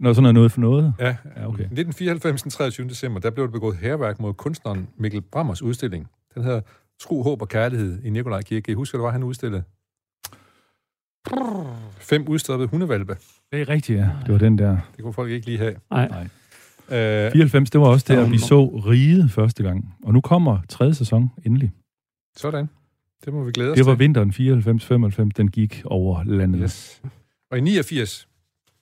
Nå, sådan noget, noget for noget? Ja. Ja, okay. 1994, den 23. december, der blev der begået herværk mod kunstneren Mikkel Brammers udstilling. Den hedder Tro, Håb og Kærlighed i Nikolaj Kirke. Kan I huske, hvad det var, han udstillede? Fem udstoppede hundevalpe. Det er rigtigt, ja. Det var den der. Det kunne folk ikke lige have. Nej. Nej. Øh, 94, det var også der, Ja. vi så Rige første gang. Og nu kommer tredje sæson, endelig. Sådan. Det må vi glæde os Det var til. vinteren 94-95, den gik over landet. Yes. Og i 89,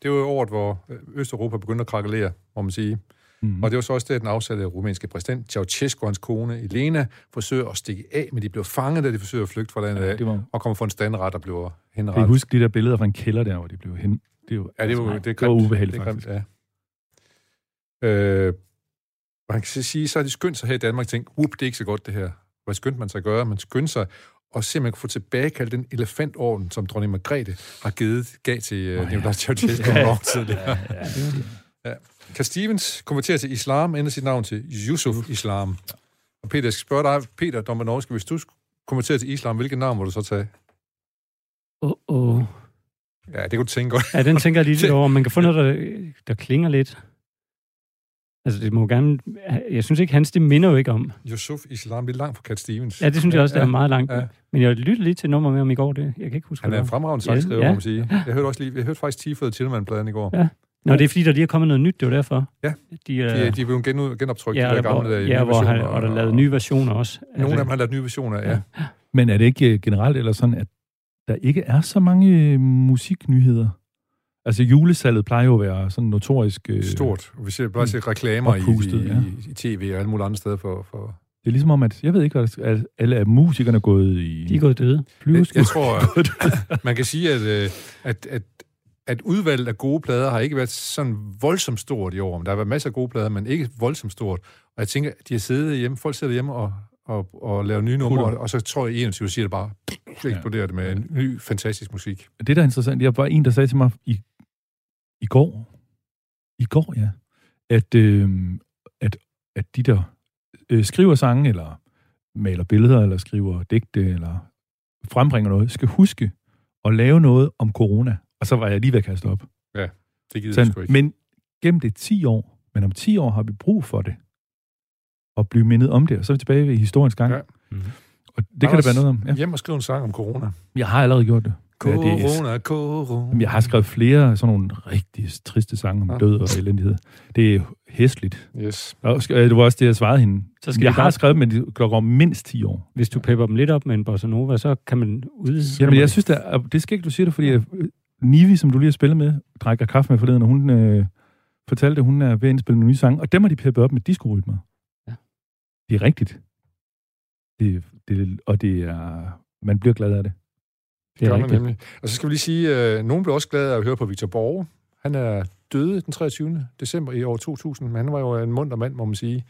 det var jo året, hvor øh, Østeuropa begyndte at krakelere, må man sige. Mm. Og det var så også det, at den afsatte rumænske præsident Ceausescu og hans kone Elena forsøger at stikke af, men de blev fanget, da de forsøger at flygte fra landet af, det var... og kommer for en standret og bliver Kan I henrettet. huske de der billeder fra en kælder der, hvor de blev hen? Det var, Ja, det var, det er det var grimt. ubehageligt, Det er faktisk. grimt, ja. Øh, man kan så sige, så er det skønt sig her i Danmark at tænke, whoop, det er ikke så godt det her. Hvad skønt man sig at gøre? Man skyndte sig og se, om man kunne få tilbagekaldt den elefantorden, som dronning Margrethe har givet, gav til øh, Åh, ja. Nicolai Ceausescu Ja. nogle år tidligere. Ja, det- Kan Stevens konvertere til islam, ændre sit navn til Yusuf Islam? Og Peter, jeg skal spørge dig, Peter Dombanovski, hvis du skulle konvertere til islam, hvilket navn må du så tage? Åh, oh, oh. Ja, det kunne du tænke godt. Ja, den tænker jeg lige lidt over. om Man kan få noget, der, der klinger lidt. Altså, det må gerne... Jeg synes ikke, hans, det minder jo ikke om. Yusuf Islam, det er langt fra Kat Stevens. Ja, det synes jeg også, det er meget langt. ja. Men jeg lyttede lige til nummer med om i går. Det, jeg kan ikke huske, Han hvad er en det var. fremragende Ja, sangskriver, ja, ja. må man sige. Jeg hørte også lige, jeg hørte faktisk Tifred Tillemann-pladen i går. Ja. Nå, det er fordi, der lige er kommet noget nyt, det var derfor. Ja. De, Ja. er, De, er- de er blevet genud, genoptrykt, ja, de der der, hvor, gamle der i ja, nye hvor han, versioner, og der er lavet nye versioner også. Altså, Nogle af dem har lavet nye versioner, ja. Ja. ja. Men er det ikke øh, generelt eller sådan, at der ikke er så mange øh, musiknyheder. Altså julesalget plejer jo at være sådan notorisk... Øh, Stort. Og Vi ser Mm. bare se reklamer i, Oppustet, i, ja. i, i, tv og alle mulige andre steder for... for Det er ligesom om, at jeg ved ikke, hvad der, at alle er musikerne er gået i... De er gået døde. jeg, flyvesko. jeg tror, at man kan sige, at, øh, at, at, at udvalget af gode plader har ikke været sådan voldsomt stort i år. Men der har været masser af gode plader, men ikke voldsomt stort. Og jeg tænker, at de har siddet hjemme, folk sidder hjemme og, og, og laver nye numre, og, Putter. og så tror jeg, at 21 siger det bare, så eksploderer det med en ny, fantastisk musik. det, der er interessant, jeg var en, der sagde til mig i, i går, i går, ja, at, øh, at, at de, der øh, skriver sange, eller maler billeder, eller skriver digte, eller frembringer noget, skal huske at lave noget om corona. Og så var jeg lige ved at kaste op. Det gider jeg sgu Sådan, ikke. men gennem det 10 år, men om 10 år har vi brug for det. Og blive mindet om det, og så er vi tilbage ved historiens gang. Ja. Ja. Mhm. Og det kan der Anders, være noget om. Ja. Hjem og skrive en sang om corona. Jeg har allerede gjort det. Ja, det er Corona, corona. Jamen, Jeg har skrevet flere sådan nogle rigtig triste sange om Ah. Ja. ja. død og elendighed. Det er hæsligt. Yes. Og sk- øh, det var også det, jeg svarede hende. Så Så skal skal jeg vi bare- har skrevet dem, men de klokker om mindst 10 år. Hvis du pepper dem lidt op med en bossa nova, så kan man ud... Jamen, jeg synes, det, er, det skal ikke, du siger det, fordi øh, Nivi, som du lige har spillet med, drikker kaffe med forleden, og hun øh, fortalte, at hun er ved at indspille nogle nye sange, og dem har de peppet op med diskorytmer. Ja. Det er rigtigt. Det, det, og det er... Man bliver glad af det. det er gør man rigtigt. nemlig. Og så skal vi lige sige, at øh, nogen blev også glade af at høre på Victor Borge. Han er døde den 23. december i år 2000, men han var jo en munter mand, må man sige.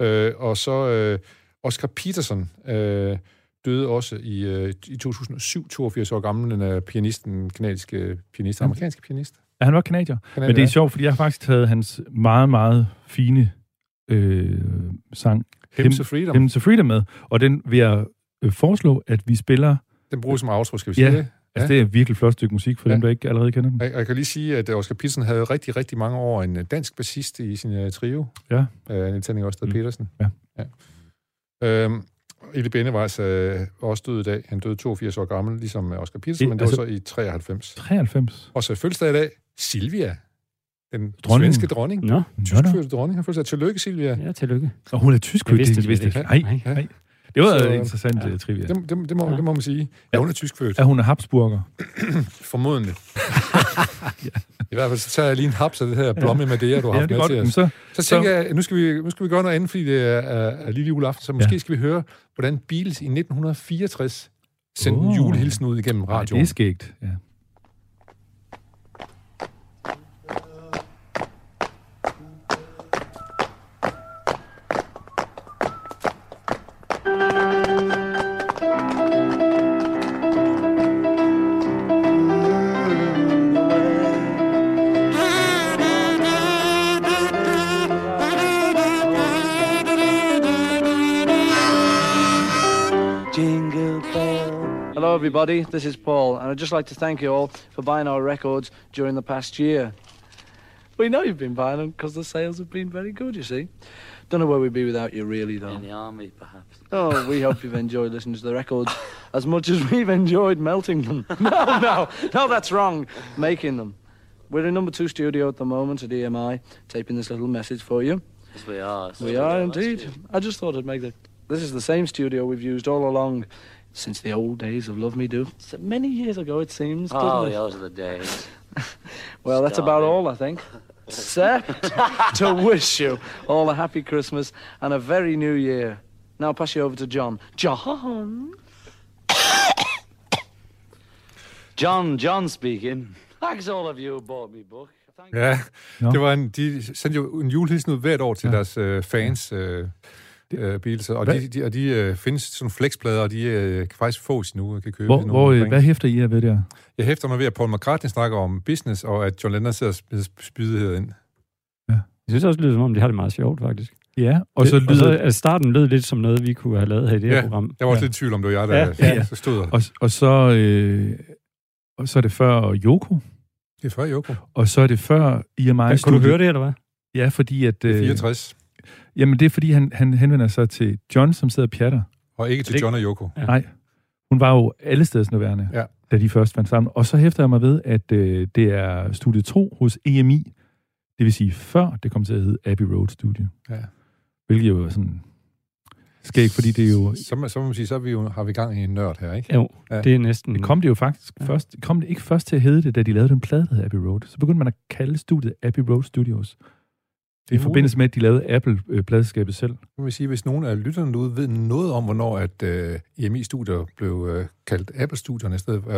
Øh, og så øh, Oscar Peterson øh, døde også i, øh, i 2007, 82 år gammel, den er pianisten, den kanadiske pianist, Ja. amerikanske pianist. Er han var kanadier? Kanadier, Men det er ja. sjovt, fordi jeg har faktisk taget hans meget, meget fine øh, sang Hymns of Freedom. Hymn to Freedom med, og den vil jeg øh, foreslå, at vi spiller. Den bruges som outro, skal vi sige Ja, det? Altså, det er et virkelig flot stykke musik for Ja. dem, der ikke allerede kender den. Og jeg kan lige sige, at Oscar Peterson havde rigtig, rigtig mange år en øh, dansk bassist i sin øh, trio. Ja. Øh, Niels Henning Ørsted Mm. Petersen. Ja. ja. Øhm, Ile Bennevejs øh, var også død i dag. Han døde 82 år gammel, ligesom øh, Oscar Peterson, Det- men det var så altså- i 93. 93. Og så fødselsdag i dag, Silvia. Den Dronningen. Mm. svenske dronning. Nå, Nå, nå. Tyskfødte dronning har fødselsdag. Tillykke, Silvia. ja, tillykke. Og hun er tysk, Jeg jeg vidste vidste, det det, vidste slet ikke. Nej, Nej. nej. Det var Så- så, interessant ja. trivia. Det, det, det, må, Ja. det må man sige. Ja, Ja. hun er tyskfødt. Er hun er Habsburger? Formodentlig. I hvert fald så tager jeg lige en haps af det her blomme Madeira, du har haft det er med til godt. os. Men Så så, tænker jeg, nu skal, vi, nu skal vi gøre noget andet, fordi det er, er, er lille juleaften, så måske ja. Ja. skal vi høre, hvordan Beatles i 1964 sendte oh. en Åh. julehilsen ud igennem Uh. det er radioen. skægt. Ja. Jingle bell. Hello, everybody. This is Paul, and I'd just like to thank you all for buying our records during the past year. We know you've been buying them because the sales have been very good, you see. Don't know where we'd be without you, really, though. In the army, perhaps. Oh, we hope you've enjoyed listening to the records as much as we've enjoyed melting them. No, no, no, that's wrong. Making them. We're in number two studio at the moment at EMI, taping this little message for you. Yes, we are. So We are last indeed. year. I just thought I'd make that. This is the same studio we've used all along since the old days of Love Me Do. So many years ago, it seems. Oh, doesn't it? those are the days. Well, that's about Starving. all, I think. Except to wish you all a happy Christmas and a very new year. Now I'll pass you over to John. John? John, John speaking. Thanks all of you who bought me book. Thank Ja, Nå. det var en, de sendte jo en julehilsen ud hvert år til ja. deres øh, fans, øh, øh, Beatles, og Hvad? de, de, og de øh, findes sådan flexplader, og de øh, kan faktisk fås nu og kan købe. Hvor, nogle hvor, øh, omkring. hvad hæfter I jer ved der? Jeg hæfter mig ved, at Paul McCartney snakker om business, og at John Lennon sidder og sp- spydighed ind. Jeg synes også, det lyder som om, de har det meget sjovt, faktisk. Ja, og så det, og så, lyder... altså, starten lød lidt som noget, vi kunne have lavet her i det her Ja. program. Jeg var også Ja. lidt i tvivl om, det var jeg, der Ja, ja, ja. Så stod der. Og, og så... Øh, og så er det før Joko, Det er før Joko. og så er det før IMI Ja, kunne du høre det, eller hvad? Ja, fordi at... Øh, 64. Jamen, det er fordi, han, han henvender sig til John, som sidder og pjatter. Og ikke til det- John og Joko. Ja. Nej, hun var jo alle steds nærværende, Ja. da de først fandt sammen. Og så hæfter jeg mig ved, at øh, det er studie 2 hos E EMI, det vil sige før det kom til at hedde Abbey Road Studio. Ja. Hvilket jo er sådan... skæg, fordi det er jo... Så, må- så må man sige, så er vi jo, har vi gang i en nørd her, ikke? Jo, Ja. ja. det er næsten... Det kom det jo faktisk Ja. først, kom det ikke først til at hedde det, da de lavede den plade, der hedder Abbey Road. Så begyndte man at kalde studiet Abbey Road Studios. Det er i forbindelse med, at de lavede Apple-pladskabet selv. Så må vi sige, hvis nogen af lytterne derude ved noget om, hvornår at øh, EMI-studier blev øh, kaldt Apple-studierne i stedet, øh,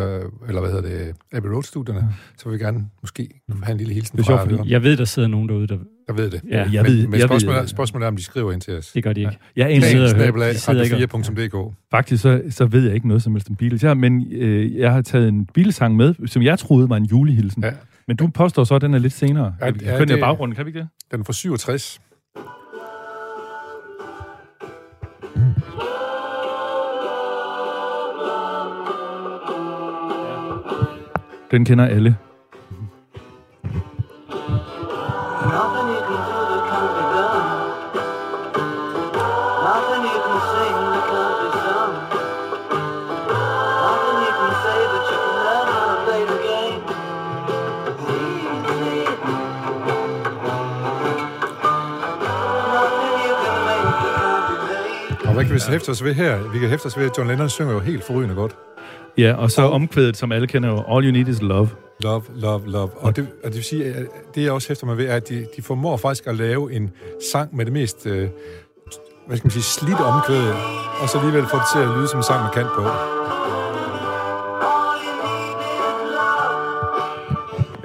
eller hvad hedder det, Apple Road-studierne, Ja. Mm. ja. så vil vi gerne måske have en lille hilsen Det er fra sjovt, jer, fordi lytteren. Jeg ved, der sidder nogen derude, der... der ved det. Ja, jeg men, ved- men jeg spørgsmålet, ved- spørgsmålet er, om de skriver ind til os. Det gør de ikke. Jeg er De en sidder og hører- Snabel af de sidder ikke og- radio4.dk. Faktisk så, så ved jeg ikke noget som helst om Beatles. Ja, men øh, jeg har taget en Beatles-sang med, som jeg troede var en julehilsen. Ja. Ja. Men du påstår så, at den er lidt senere. Ja, Ja, ja, ja, det- Kønne det... baggrunden, kan vi ikke det? Den er fra 67. Den kender alle. Nothing you can do that can't be done. Nothing you can sing that can't be sung. Nothing you can say that you can never play the game. Nothing you can make that can't be made. Og hvad kan vi så hæfte os ved her? Vi kan hæfte os ved, at John Lennon synger jo helt forrygende godt. Ja, og så omkvædet, som alle kender jo, All You Need Is Love. Love, love, love. Og det, og det vil sige, at det jeg også hæfter mig ved, er, at de, de formår faktisk at lave en sang med det mest, øh, hvad skal man sige, slidt omkvæde, og så alligevel få det til at lyde som en sang, man kan på.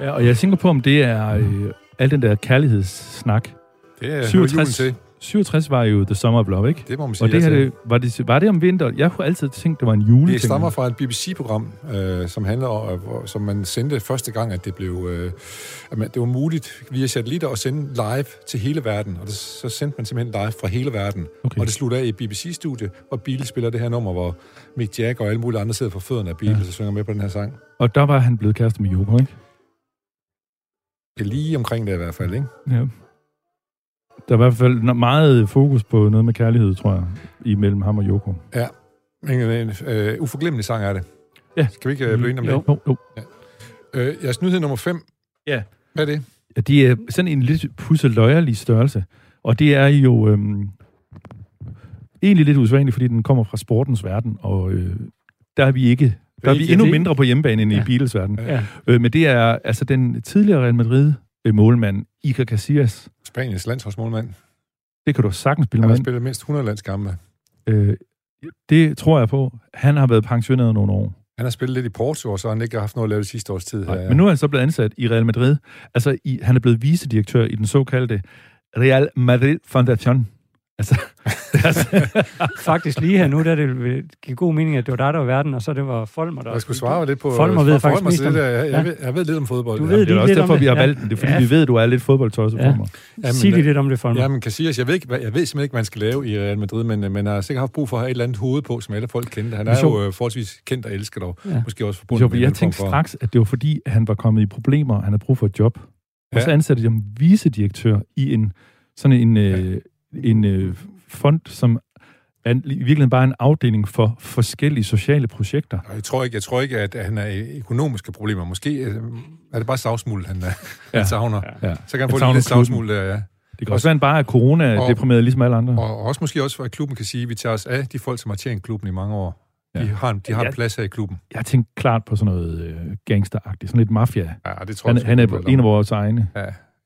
Ja, og jeg tænker på, om det er øh, al den der kærlighedssnak. Det er 67. 67, til. 67 var jo The Summer of Love, ikke? Det må man sige. Og det her, altså. det, var, det, var det om vinter? Jeg kunne altid tænkt, det var en juleting. Det stammer fra et BBC-program, øh, som handler om, øh, hvor- som man sendte første gang, at det blev, øh, at man, det var muligt via satellitter at sende live til hele verden, og det, så sendte man simpelthen live fra hele verden. Okay. Okay. Og det slutter af i BBC-studie, hvor Beatles spiller det her nummer, hvor Mick Jagger og alle mulige andre sidder for fødderne af Beatles ja. og synger med på den her sang. Og der var han blevet kæreste med Yoko, ikke? Det er lige omkring det i hvert fald, ikke? Ja. Der var i hvert fald no- meget fokus på noget med kærlighed, tror jeg, imellem ham og Yoko. Men en øh, uforglemmelig sang er det. Ja. Skal vi ikke øh, blive enige om jo. Jo, jo. det? Øh, jeres nyhed nummer 5. Ja. Hvad er det? Ja, de er sådan en lidt pusseløjerlig størrelse. Og det er jo øhm, egentlig lidt usædvanligt, fordi den kommer fra sportens verden, og øh, der er vi ikke... Der er Det vi er endnu det. mindre på hjemmebane end i Ja. Beatles verden. Ja. Øh, men det er altså den tidligere Real Madrid-målmand, Iker Casillas. Spaniens landsholdsmålmand. Det kan du sagtens bilde Han mig har ind. spillet mindst 100 landskampe. Øh, det tror jeg på. Han har været pensioneret nogle år. Han har spillet lidt i Porto, og så har han ikke haft noget at lave det sidste års tid. Nej, her. Men nu er han så blevet ansat i Real Madrid. Altså, i, han er blevet vicedirektør i den såkaldte Real Madrid Foundation. Altså, deres, Faktisk lige her nu, der det give god mening, at det var dig, der var verden, og så det var Folmer, der... Jeg skulle svare mig lidt på... Folmer forholde ved faktisk mig mest til om... det der. Jeg, jeg, Ja. ved, jeg ved lidt om fodbold. Du ja. ved det er lige også lidt derfor, om vi har det. valgt den. Det er, fordi Ja. ja. vi ved, du er lidt fodboldtosset Ja. for mig. Jamen, Sig lige øh, lidt om det, Folmer. Jamen, Casillas, jeg ved, ikke, hvad, jeg ved simpelthen ikke, hvad man skal lave i Real Madrid, men øh, man har sikkert haft brug for at have et eller andet hoved på, som alle folk kendte. Han Det er er jo øh, forholdsvis kendt og elsket, og ja. Ja. måske også forbundet Jo, for en jeg eller anden tænkte form for- straks, at det var fordi, at han var kommet i problemer, og han havde brug for et job. Og så Ja. ansatte de ham vicedirektør i en sådan en, øh, en øh, fond, som er en- i virkeligheden bare en afdeling for forskellige sociale projekter. Og Jeg tror ikke, jeg tror ikke at han er i økonomiske problemer. Måske øh, er det bare savsmuld, han, øh, han savner. Ja. Ja. Så kan han få lidt savner lidt klubben. savsmuld der, ja. Det kan også være, at han bare er corona-deprimeret, ligesom alle andre. Og også måske også, at klubben kan sige, at vi tager os af de folk, som har tjent klubben i mange år. Ja. De har, en, de har ja. Ja. en plads her i klubben. Jeg tænkte klart på sådan noget øh, gangsteragtigt, sådan lidt mafia. Ja, det tror Han, jeg, han sgu, er vi ved en om. af vores egne.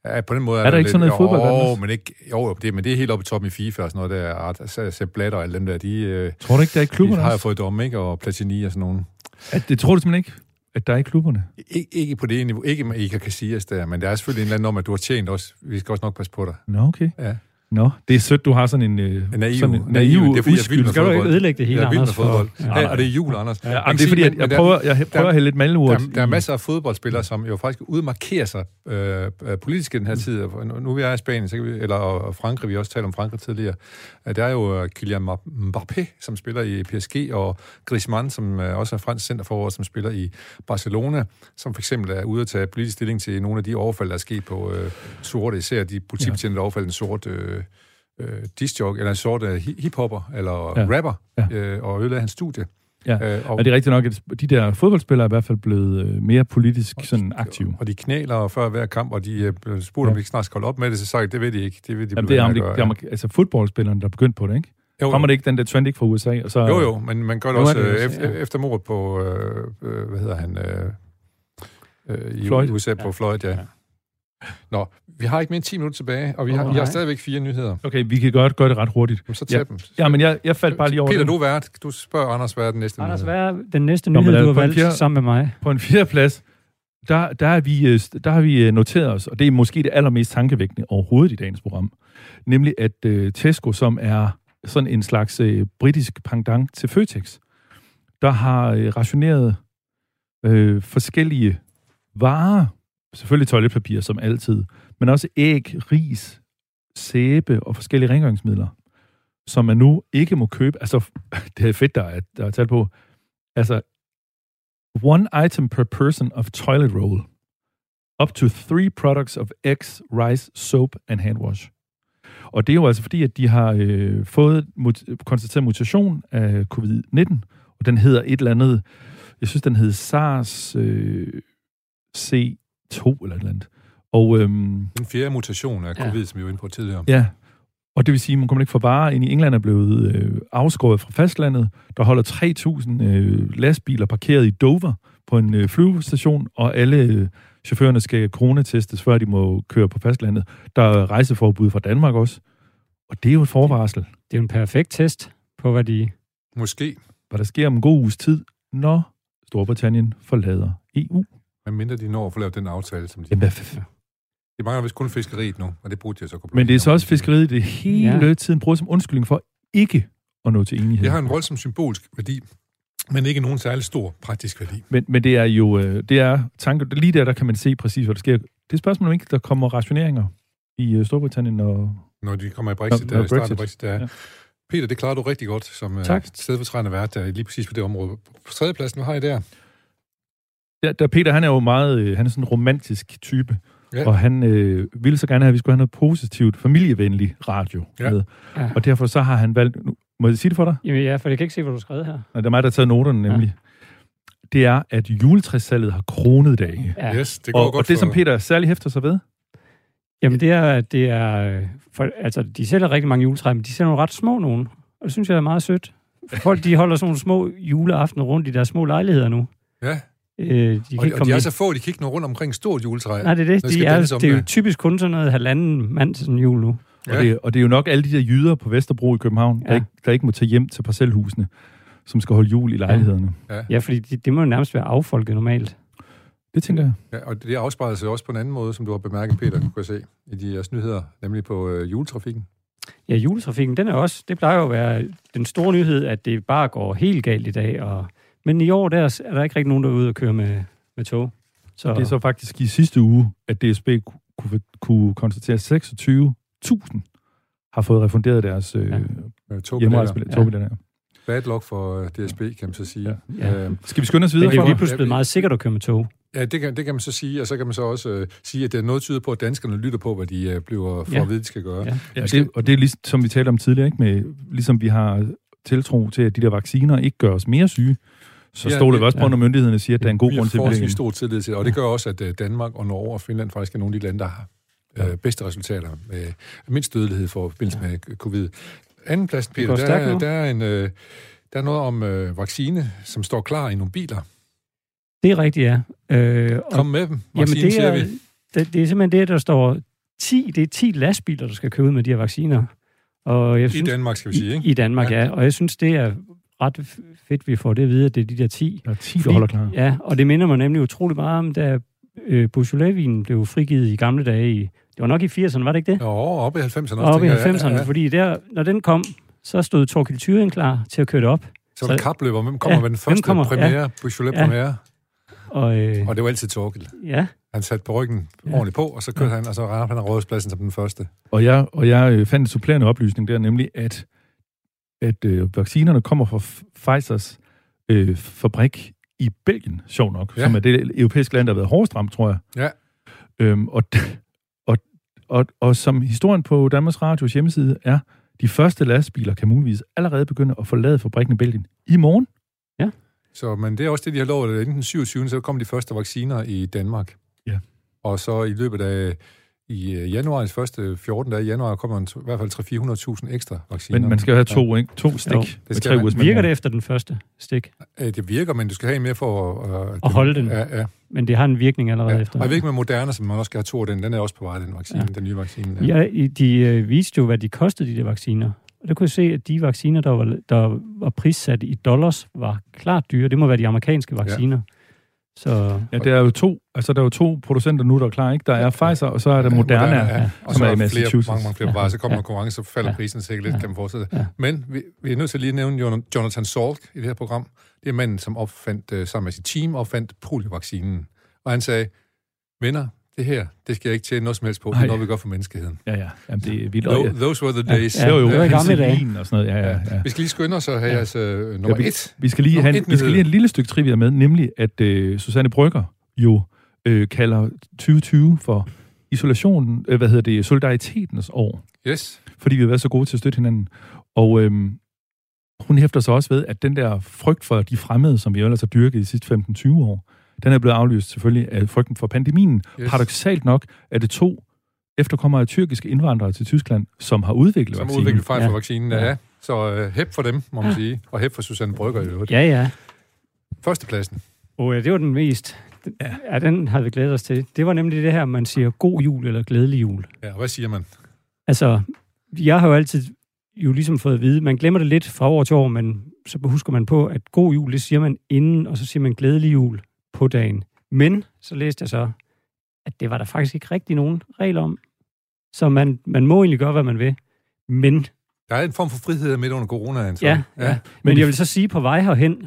Ja, på den måde Er der det ikke sådan noget i Jo, fodboldverdenen? men, ikke, jo, jo, det, men det er helt oppe i toppen i FIFA og sådan noget der. Art- Så Sepp Blatter og alle dem der, de, øh, Tror du ikke, der er i de klubberne har jo også? fået dom, ikke? Og Platini og sådan nogen. At, det tror du simpelthen ikke, at der er i klubberne? Ik- ikke på det niveau, ikke med Iker Casillas der, men der er selvfølgelig en eller anden om, at du har tjent også. Vi skal også nok passe på dig. Nå, okay. Ja. Nå, det er sødt, du har sådan en... Øh, En naiv, sådan en naiv, det er fordi, jeg er vild med uskyld. Skal du ikke fodbold. ødelægge det hele, Jeg er vild med Anders? fodbold. for- Ja, og det er jul, Anders. Ja, Man jamen, kan det er sige, fordi, men- at men jeg der- prøver, jeg prøver at hælde lidt malurt Der, der er i- masser af fodboldspillere, som jo faktisk udmarkerer sig øh, øh, politisk i den her tid. Og Nu, nu vi er i Spanien, så kan vi, eller og og Frankrig, vi har også talt om Frankrig tidligere. Øh, Der er jo øh, Kylian Mb- Mbappé, som spiller i PSG, og Griezmann, som øh, også er fransk centerforår, som spiller i Barcelona, som for eksempel er ude at tage politisk stilling til nogle af de overfald, der er sket på øh, sorte, især de politibetjente ja. overfald, en sort... Øh, øh, disjok, eller en sort øh, hi- hiphopper, eller ja. Ja. rapper, ja. Ja. Øh, og ødelagde hans studie. Ja. Øh, Og det er rigtigt nok, at de der fodboldspillere er i hvert fald blevet øh, mere politisk sådan aktive. Og de knæler før hver kamp, og de øh, blev spurgt, om Ja. de ikke snart skal holde op med det, så sagde jeg, det ved de ikke. Det ved de Jamen, blive det er, ved om med det, at gøre, jamen, altså fodboldspillerne, der er begyndt på det, ikke? Jo, Kommer det ikke den der trend ikke fra USA? Og så, Jo, jo, men man gør det Nu er også det øh, USA, ef- ja. efter mordet på, øh, øh, hvad hedder han, øh, øh, i Floyd. USA på Floyd, ja. Ja. Nå, vi har ikke mere end 10 minutter tilbage, og vi har, Åh, oh, vi har nej. stadigvæk fire nyheder. Okay, vi kan godt gøre det ret hurtigt. Jamen, så tag ja. dem. Ja, men jeg, jeg faldt bare lige over Peter, den. du er vært. Du spørger Anders, hvad er den næste Anders, nyhed? hvad er den næste Nå, men nyhed, lad du os har få en valgt fjerde- sammen med mig? På en fjerdeplads, der, der, er vi, øh, der har vi øh, noteret os, og det er måske det allermest tankevækkende overhovedet i dagens program, nemlig at øh, Tesco, som er sådan en slags øh, britisk pendant til Føtex, der har øh, rationeret øh, forskellige varer, selvfølgelig toiletpapir som altid, men også æg, ris, sæbe og forskellige rengøringsmidler, som man nu ikke må købe. Altså, det er fedt, der er, der er talt på. Altså, One item per person of toilet roll. Up to three products of eggs, rice, soap and hand wash. Og det er jo altså fordi, at de har øh, fået mut- konstateret mutation af covid-19, og den hedder et eller andet, jeg synes, den hed SARS øh, C2 eller et eller andet. Og øhm, Den fjerde mutation af Ja. covid, som vi var inde på tidligere. Ja, og det vil sige, at man kommer ikke fra varer ind i England er blevet øh, afskåret fra fastlandet. Der holder 3.000 øh, lastbiler parkeret i Dover på en øh, flyvestation, og alle øh, chaufførerne skal coronatestes, før de må køre på fastlandet. Der er rejseforbud fra Danmark også. Og det er jo et forvarsel. Det er jo en perfekt test på, hvad de... Måske, Hvad der sker om en god uges tid, når Storbritannien forlader E EU. medmindre de når at få lavet den aftale, som de... Jamen, hvad f- De mangler vist kun fiskeriet nu, og det burde jeg så kunne men det er så blive. også fiskeriet, det hele tiden bruger som undskyldning for ikke at nå til enighed. Det har en voldsom symbolsk værdi, men ikke nogen særlig stor praktisk værdi. Men, men det er jo, øh, det er tanke, lige der, der kan man se præcis, hvad der sker. Det er et spørgsmål om ikke, der kommer rationeringer i øh, Storbritannien. Og... Når de kommer i Brexit, Nå, der, når i starten af Brexit, Brexit. der. Ja. Ja. Peter, det klarer du rigtig godt som øh, Tak. stedfortrædende vært der, lige præcis på det område. På tredjepladsen, hvad har I der? Der, der Peter, han er jo meget, øh, han er sådan en romantisk type, Ja. ja. og han øh, ville så gerne have, at vi skulle have noget positivt, familievenlig radio Ja. ja. med. Ja. Og derfor så har han valgt, nu, må jeg sige det for dig? Jamen ja, for jeg kan ikke se, hvad du har skrevet her. Nej, det er mig, der har taget noterne nemlig. Ja. Det er, at juletræssalget har kronet dage. Ja. Yes, det går Og, godt og det, for... som Peter særlig hæfter sig ved, Jamen det er, at det er... øh, For, altså, de sælger rigtig mange juletræer, men de sælger nogle ret små nogen. Og det synes jeg er meget sødt. Folk, de holder sådan nogle små juleaftener rundt i deres små lejligheder nu. Ja, Øh, de kan og, ikke de, og komme de er ind. så få, de kan ikke nå rundt omkring et stort juletræ. Nej, det er det. der De skal danses er, om det er jo det. ligesom typisk kun sådan noget halvanden mand til sådan en jul nu. Og, Ja. ja. det, og det er jo nok alle de der jyder på Vesterbro i København, ja. Ja. der, ikke, der ikke må tage hjem til parcelhusene, som skal holde jul i lejlighederne. Ja. Ja, fordi det, det må jo nærmest være affolket normalt. Det tænker jeg. Ja, og det afspejler sig også på en anden måde, som du har bemærket, Peter, kunne jeg se, i de jeres nyheder, nemlig på øh, juletrafikken. Ja, juletrafikken, den er også... Det plejer jo at være den store nyhed, at det bare går helt galt i dag. Og, men i år, der er der ikke rigtig nogen, der er ude og køre med, med tog. Så, Det er så faktisk i sidste uge, at DSB ku- kunne, kunne konstatere, at 26.000 har fået refunderet deres øh, Ja. Øh, togbilletter. hjemrejsbilletter. Ja. togbilletter. Bad luck for øh, DSB, kan man så sige. Ja. Ja. Øh, Skal vi skynde os Men videre? det er jo Frederik? lige pludselig blevet meget sikkert at køre med tog. ja, det kan, det kan man så sige, og så kan man så også øh, sige, at der er noget tyder på, at danskerne lytter på, hvad de øh, bliver for Ja. at vide, de skal gøre. Ja. Ja, det, og det er ligesom, som vi talte om tidligere, ikke? Med, ligesom vi har tiltro til, at de der vacciner ikke gør os mere syge, så Ja, ja, stoler vi det- også på, ja. når myndighederne siger, at der er en god Vi grund har til at blive forholdsvis stor tillid til det, og det gør også, at øh, Danmark og Norge og Finland faktisk er nogle af de lande, der har øh, bedste resultater med mindst dødelighed for forbindelse med øh, covid. Anden plads, Peter, går der, stærkt er- nu. der, er en, øh, der er noget om øh, vaccine, som står klar i nogle biler. Det er rigtigt, ja. Øh, og, Kom med dem, jamen, vaccinen, det siger er, vi. det, det er simpelthen det, der står 10, det er 10 lastbiler, der skal køre ud med de her vacciner. Og jeg I synes, Danmark, skal vi sige, ikke? I, I Danmark, Ja. ja. ja. Og jeg synes, det er ret f- fedt, vi får det at vide, at det er de der 10. Der er 10, der holder Mm. klar. Ja, og det minder mig nemlig utrolig meget om, da øh, Beaujolais-vinen blev frigivet i gamle dage. I, det var nok i 80'erne, var det ikke det? Nå, oppe i 90'erne også. Og oppe i tænker jeg. 90'erne, fordi der, når den kom, så stod Torkild Thyring klar til at køre det op. Så var det så- kapløber, hvem kommer Ja, med den hvem første kommer? Ja. premiere, ja. Beaujolais Ja. premiere, Og, øh, og det var altid Torkel. ja, Han satte på ryggen Ja. ordentligt på, og så kørte han, og så ramte han rådhuspladsen som den første. Og jeg, og jeg øh, fandt en supplerende oplysning der, nemlig at, at øh, vaccinerne kommer fra F- Pfizers øh, fabrik i Belgien, sjov nok, Ja. ja. som er det europæiske land, der har været hårdest ramt, tror jeg. Ja. Øhm, og, d- og, og, og som historien på Danmarks Radios hjemmeside er, de første lastbiler kan muligvis allerede begynde at forlade fabrikken i Belgien i morgen. Så, men det er også det, de har lovet, at inden den 27. så kommer de første vacciner i Danmark. Ja. Og så i løbet af I øh, januarens første 14 dage i januar kommer en, i hvert fald 300-400.000 ekstra vacciner. Men man skal jo have to, ikke? to stik Jo, jo, det med skal tre man. ugers Virker mellemrum. det efter den første stik? Øh, Det virker, men du skal have en mere for at... øh, At holde den. Ja, ja. Men det har en virkning allerede ja. efter. Og jeg ved ikke med Moderna, som man også skal have to af den. Den er også på vej, den vaccine, Ja. ja. den nye vaccine. Ja, i- de øh, viste jo, hvad de kostede, de der vacciner. Og der kunne jeg se, at de vacciner, der var, der var prissat i dollars, var klart dyre. Det må være de amerikanske vacciner. Ja. Så Ja, der er jo to, altså der er jo to producenter nu, der er klar, ikke? Der er Pfizer, og så er der Moderna. Moderna ja. Og som så er i er der flere, Massachusetts. mange, mange flere på vej, så kommer der konkurrence, så falder Ja. prisen sikkert lidt, Ja. kan man forestille sig. Ja. Men vi, vi er nødt til lige at nævne Jon- Jonathan Salk i det her program. Det er manden, som opfandt, øh, sammen med sit team, opfandt poliovaccinen. Og han sagde, venner, det her, det skal jeg ikke tjene noget som helst på. Det Ej. er noget, vi gør for menneskeheden. Ja, ja. Jamen, det er vildt. Tho- Those were the days. Ja, Det var jo det var i gamle dage. penicillin og sådan noget. Ja, ja, ja. Vi skal lige skynde os og have jeres øh, nummer Ja, vi- et. Vi skal lige Nå, have, en, et vi skal nyhed. lige have et lille stykke trivia med, nemlig at øh, Susanne Brygger jo øh, kalder 2020 for isolationen, øh, hvad hedder det, solidaritetens år, Yes. fordi vi har været så gode til at støtte hinanden. Og øh, hun hæfter sig også ved, at den der frygt for de fremmede, som vi ellers har dyrket i de sidste 15-20 år, den er blevet aflyst selvfølgelig af frygten for pandemien. yes. Yes. Paradoxalt nok er det to efterkommere af tyrkiske indvandrere til Tyskland, som har udviklet Som vaccinen. udviklet fejl for Ja. vaccinen, ja. ja. Så øh, hæb for dem, må man sige. Og hæb for Susanne Brygger i øvrigt. ja, ja. Førstepladsen. Oh, ja, det var den mest. Ja. ja, den havde vi glædet os til. Det var nemlig det her, man siger god jul eller glædelig jul. Ja, hvad siger man? Altså, jeg har jo altid jo ligesom fået at vide, man glemmer det lidt fra år til år, men så husker man på, at god jul, det siger man inden, og så siger man glædelig jul på dagen. Men så læste jeg så, at det var der faktisk ikke rigtig nogen regler om. Så man, man må egentlig gøre, hvad man vil. Men, Der er en form for frihed midt under coronaen. så. ja, ja, ja. Men, Men men det- jeg vil så sige, på vej herhen,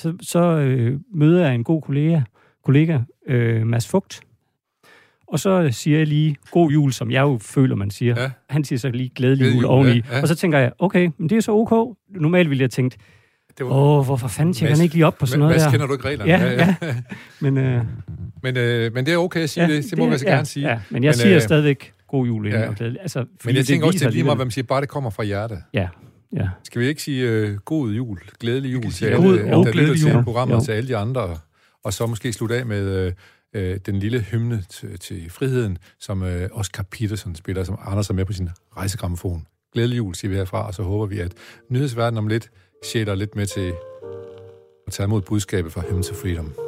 så, så øh, møder jeg en god kollega, kollega øh, Mads Fugt, og så øh, siger jeg lige, god jul, som jeg jo føler, man siger ja. han siger så lige glædelig Glædelig jul jul, oveni. ja, ja. Og så tænker jeg, okay, men det er så ok. Normalt ville jeg tænkt, Det var, åh, hvorfor fanden tjekker Mads- han ikke lige op på sådan noget Mads, der? kender du ikke reglerne? Ja, Men, øh, Men, øh, men det er okay at sige ja, det. Det må man altså ja, gerne sige. Ja, men jeg Men, men, siger øh, stadigvæk god jul inden. ja. Ja. Glædelig, altså, fordi Men jeg det tænker også, det viser er lige meget, hvad alligevel- man siger. Bare det kommer fra hjertet. Ja, ja. Skal vi ikke sige øh, god jul, glædelig jul til sige alle, god øh, og der lytter glædelig til jul. programmet Jo. og til alle de andre? Og så måske slutte af med øh, øh, den lille hymne til, til friheden, som øh, Oscar Peterson spiller, som Anders er med på sin rejsegramfon. Glædelig jul, siger vi herfra, og så håber vi, at nyhedsverdenen om lidt sjæler lidt med til at tage imod budskabet fra Hymn to Freedom.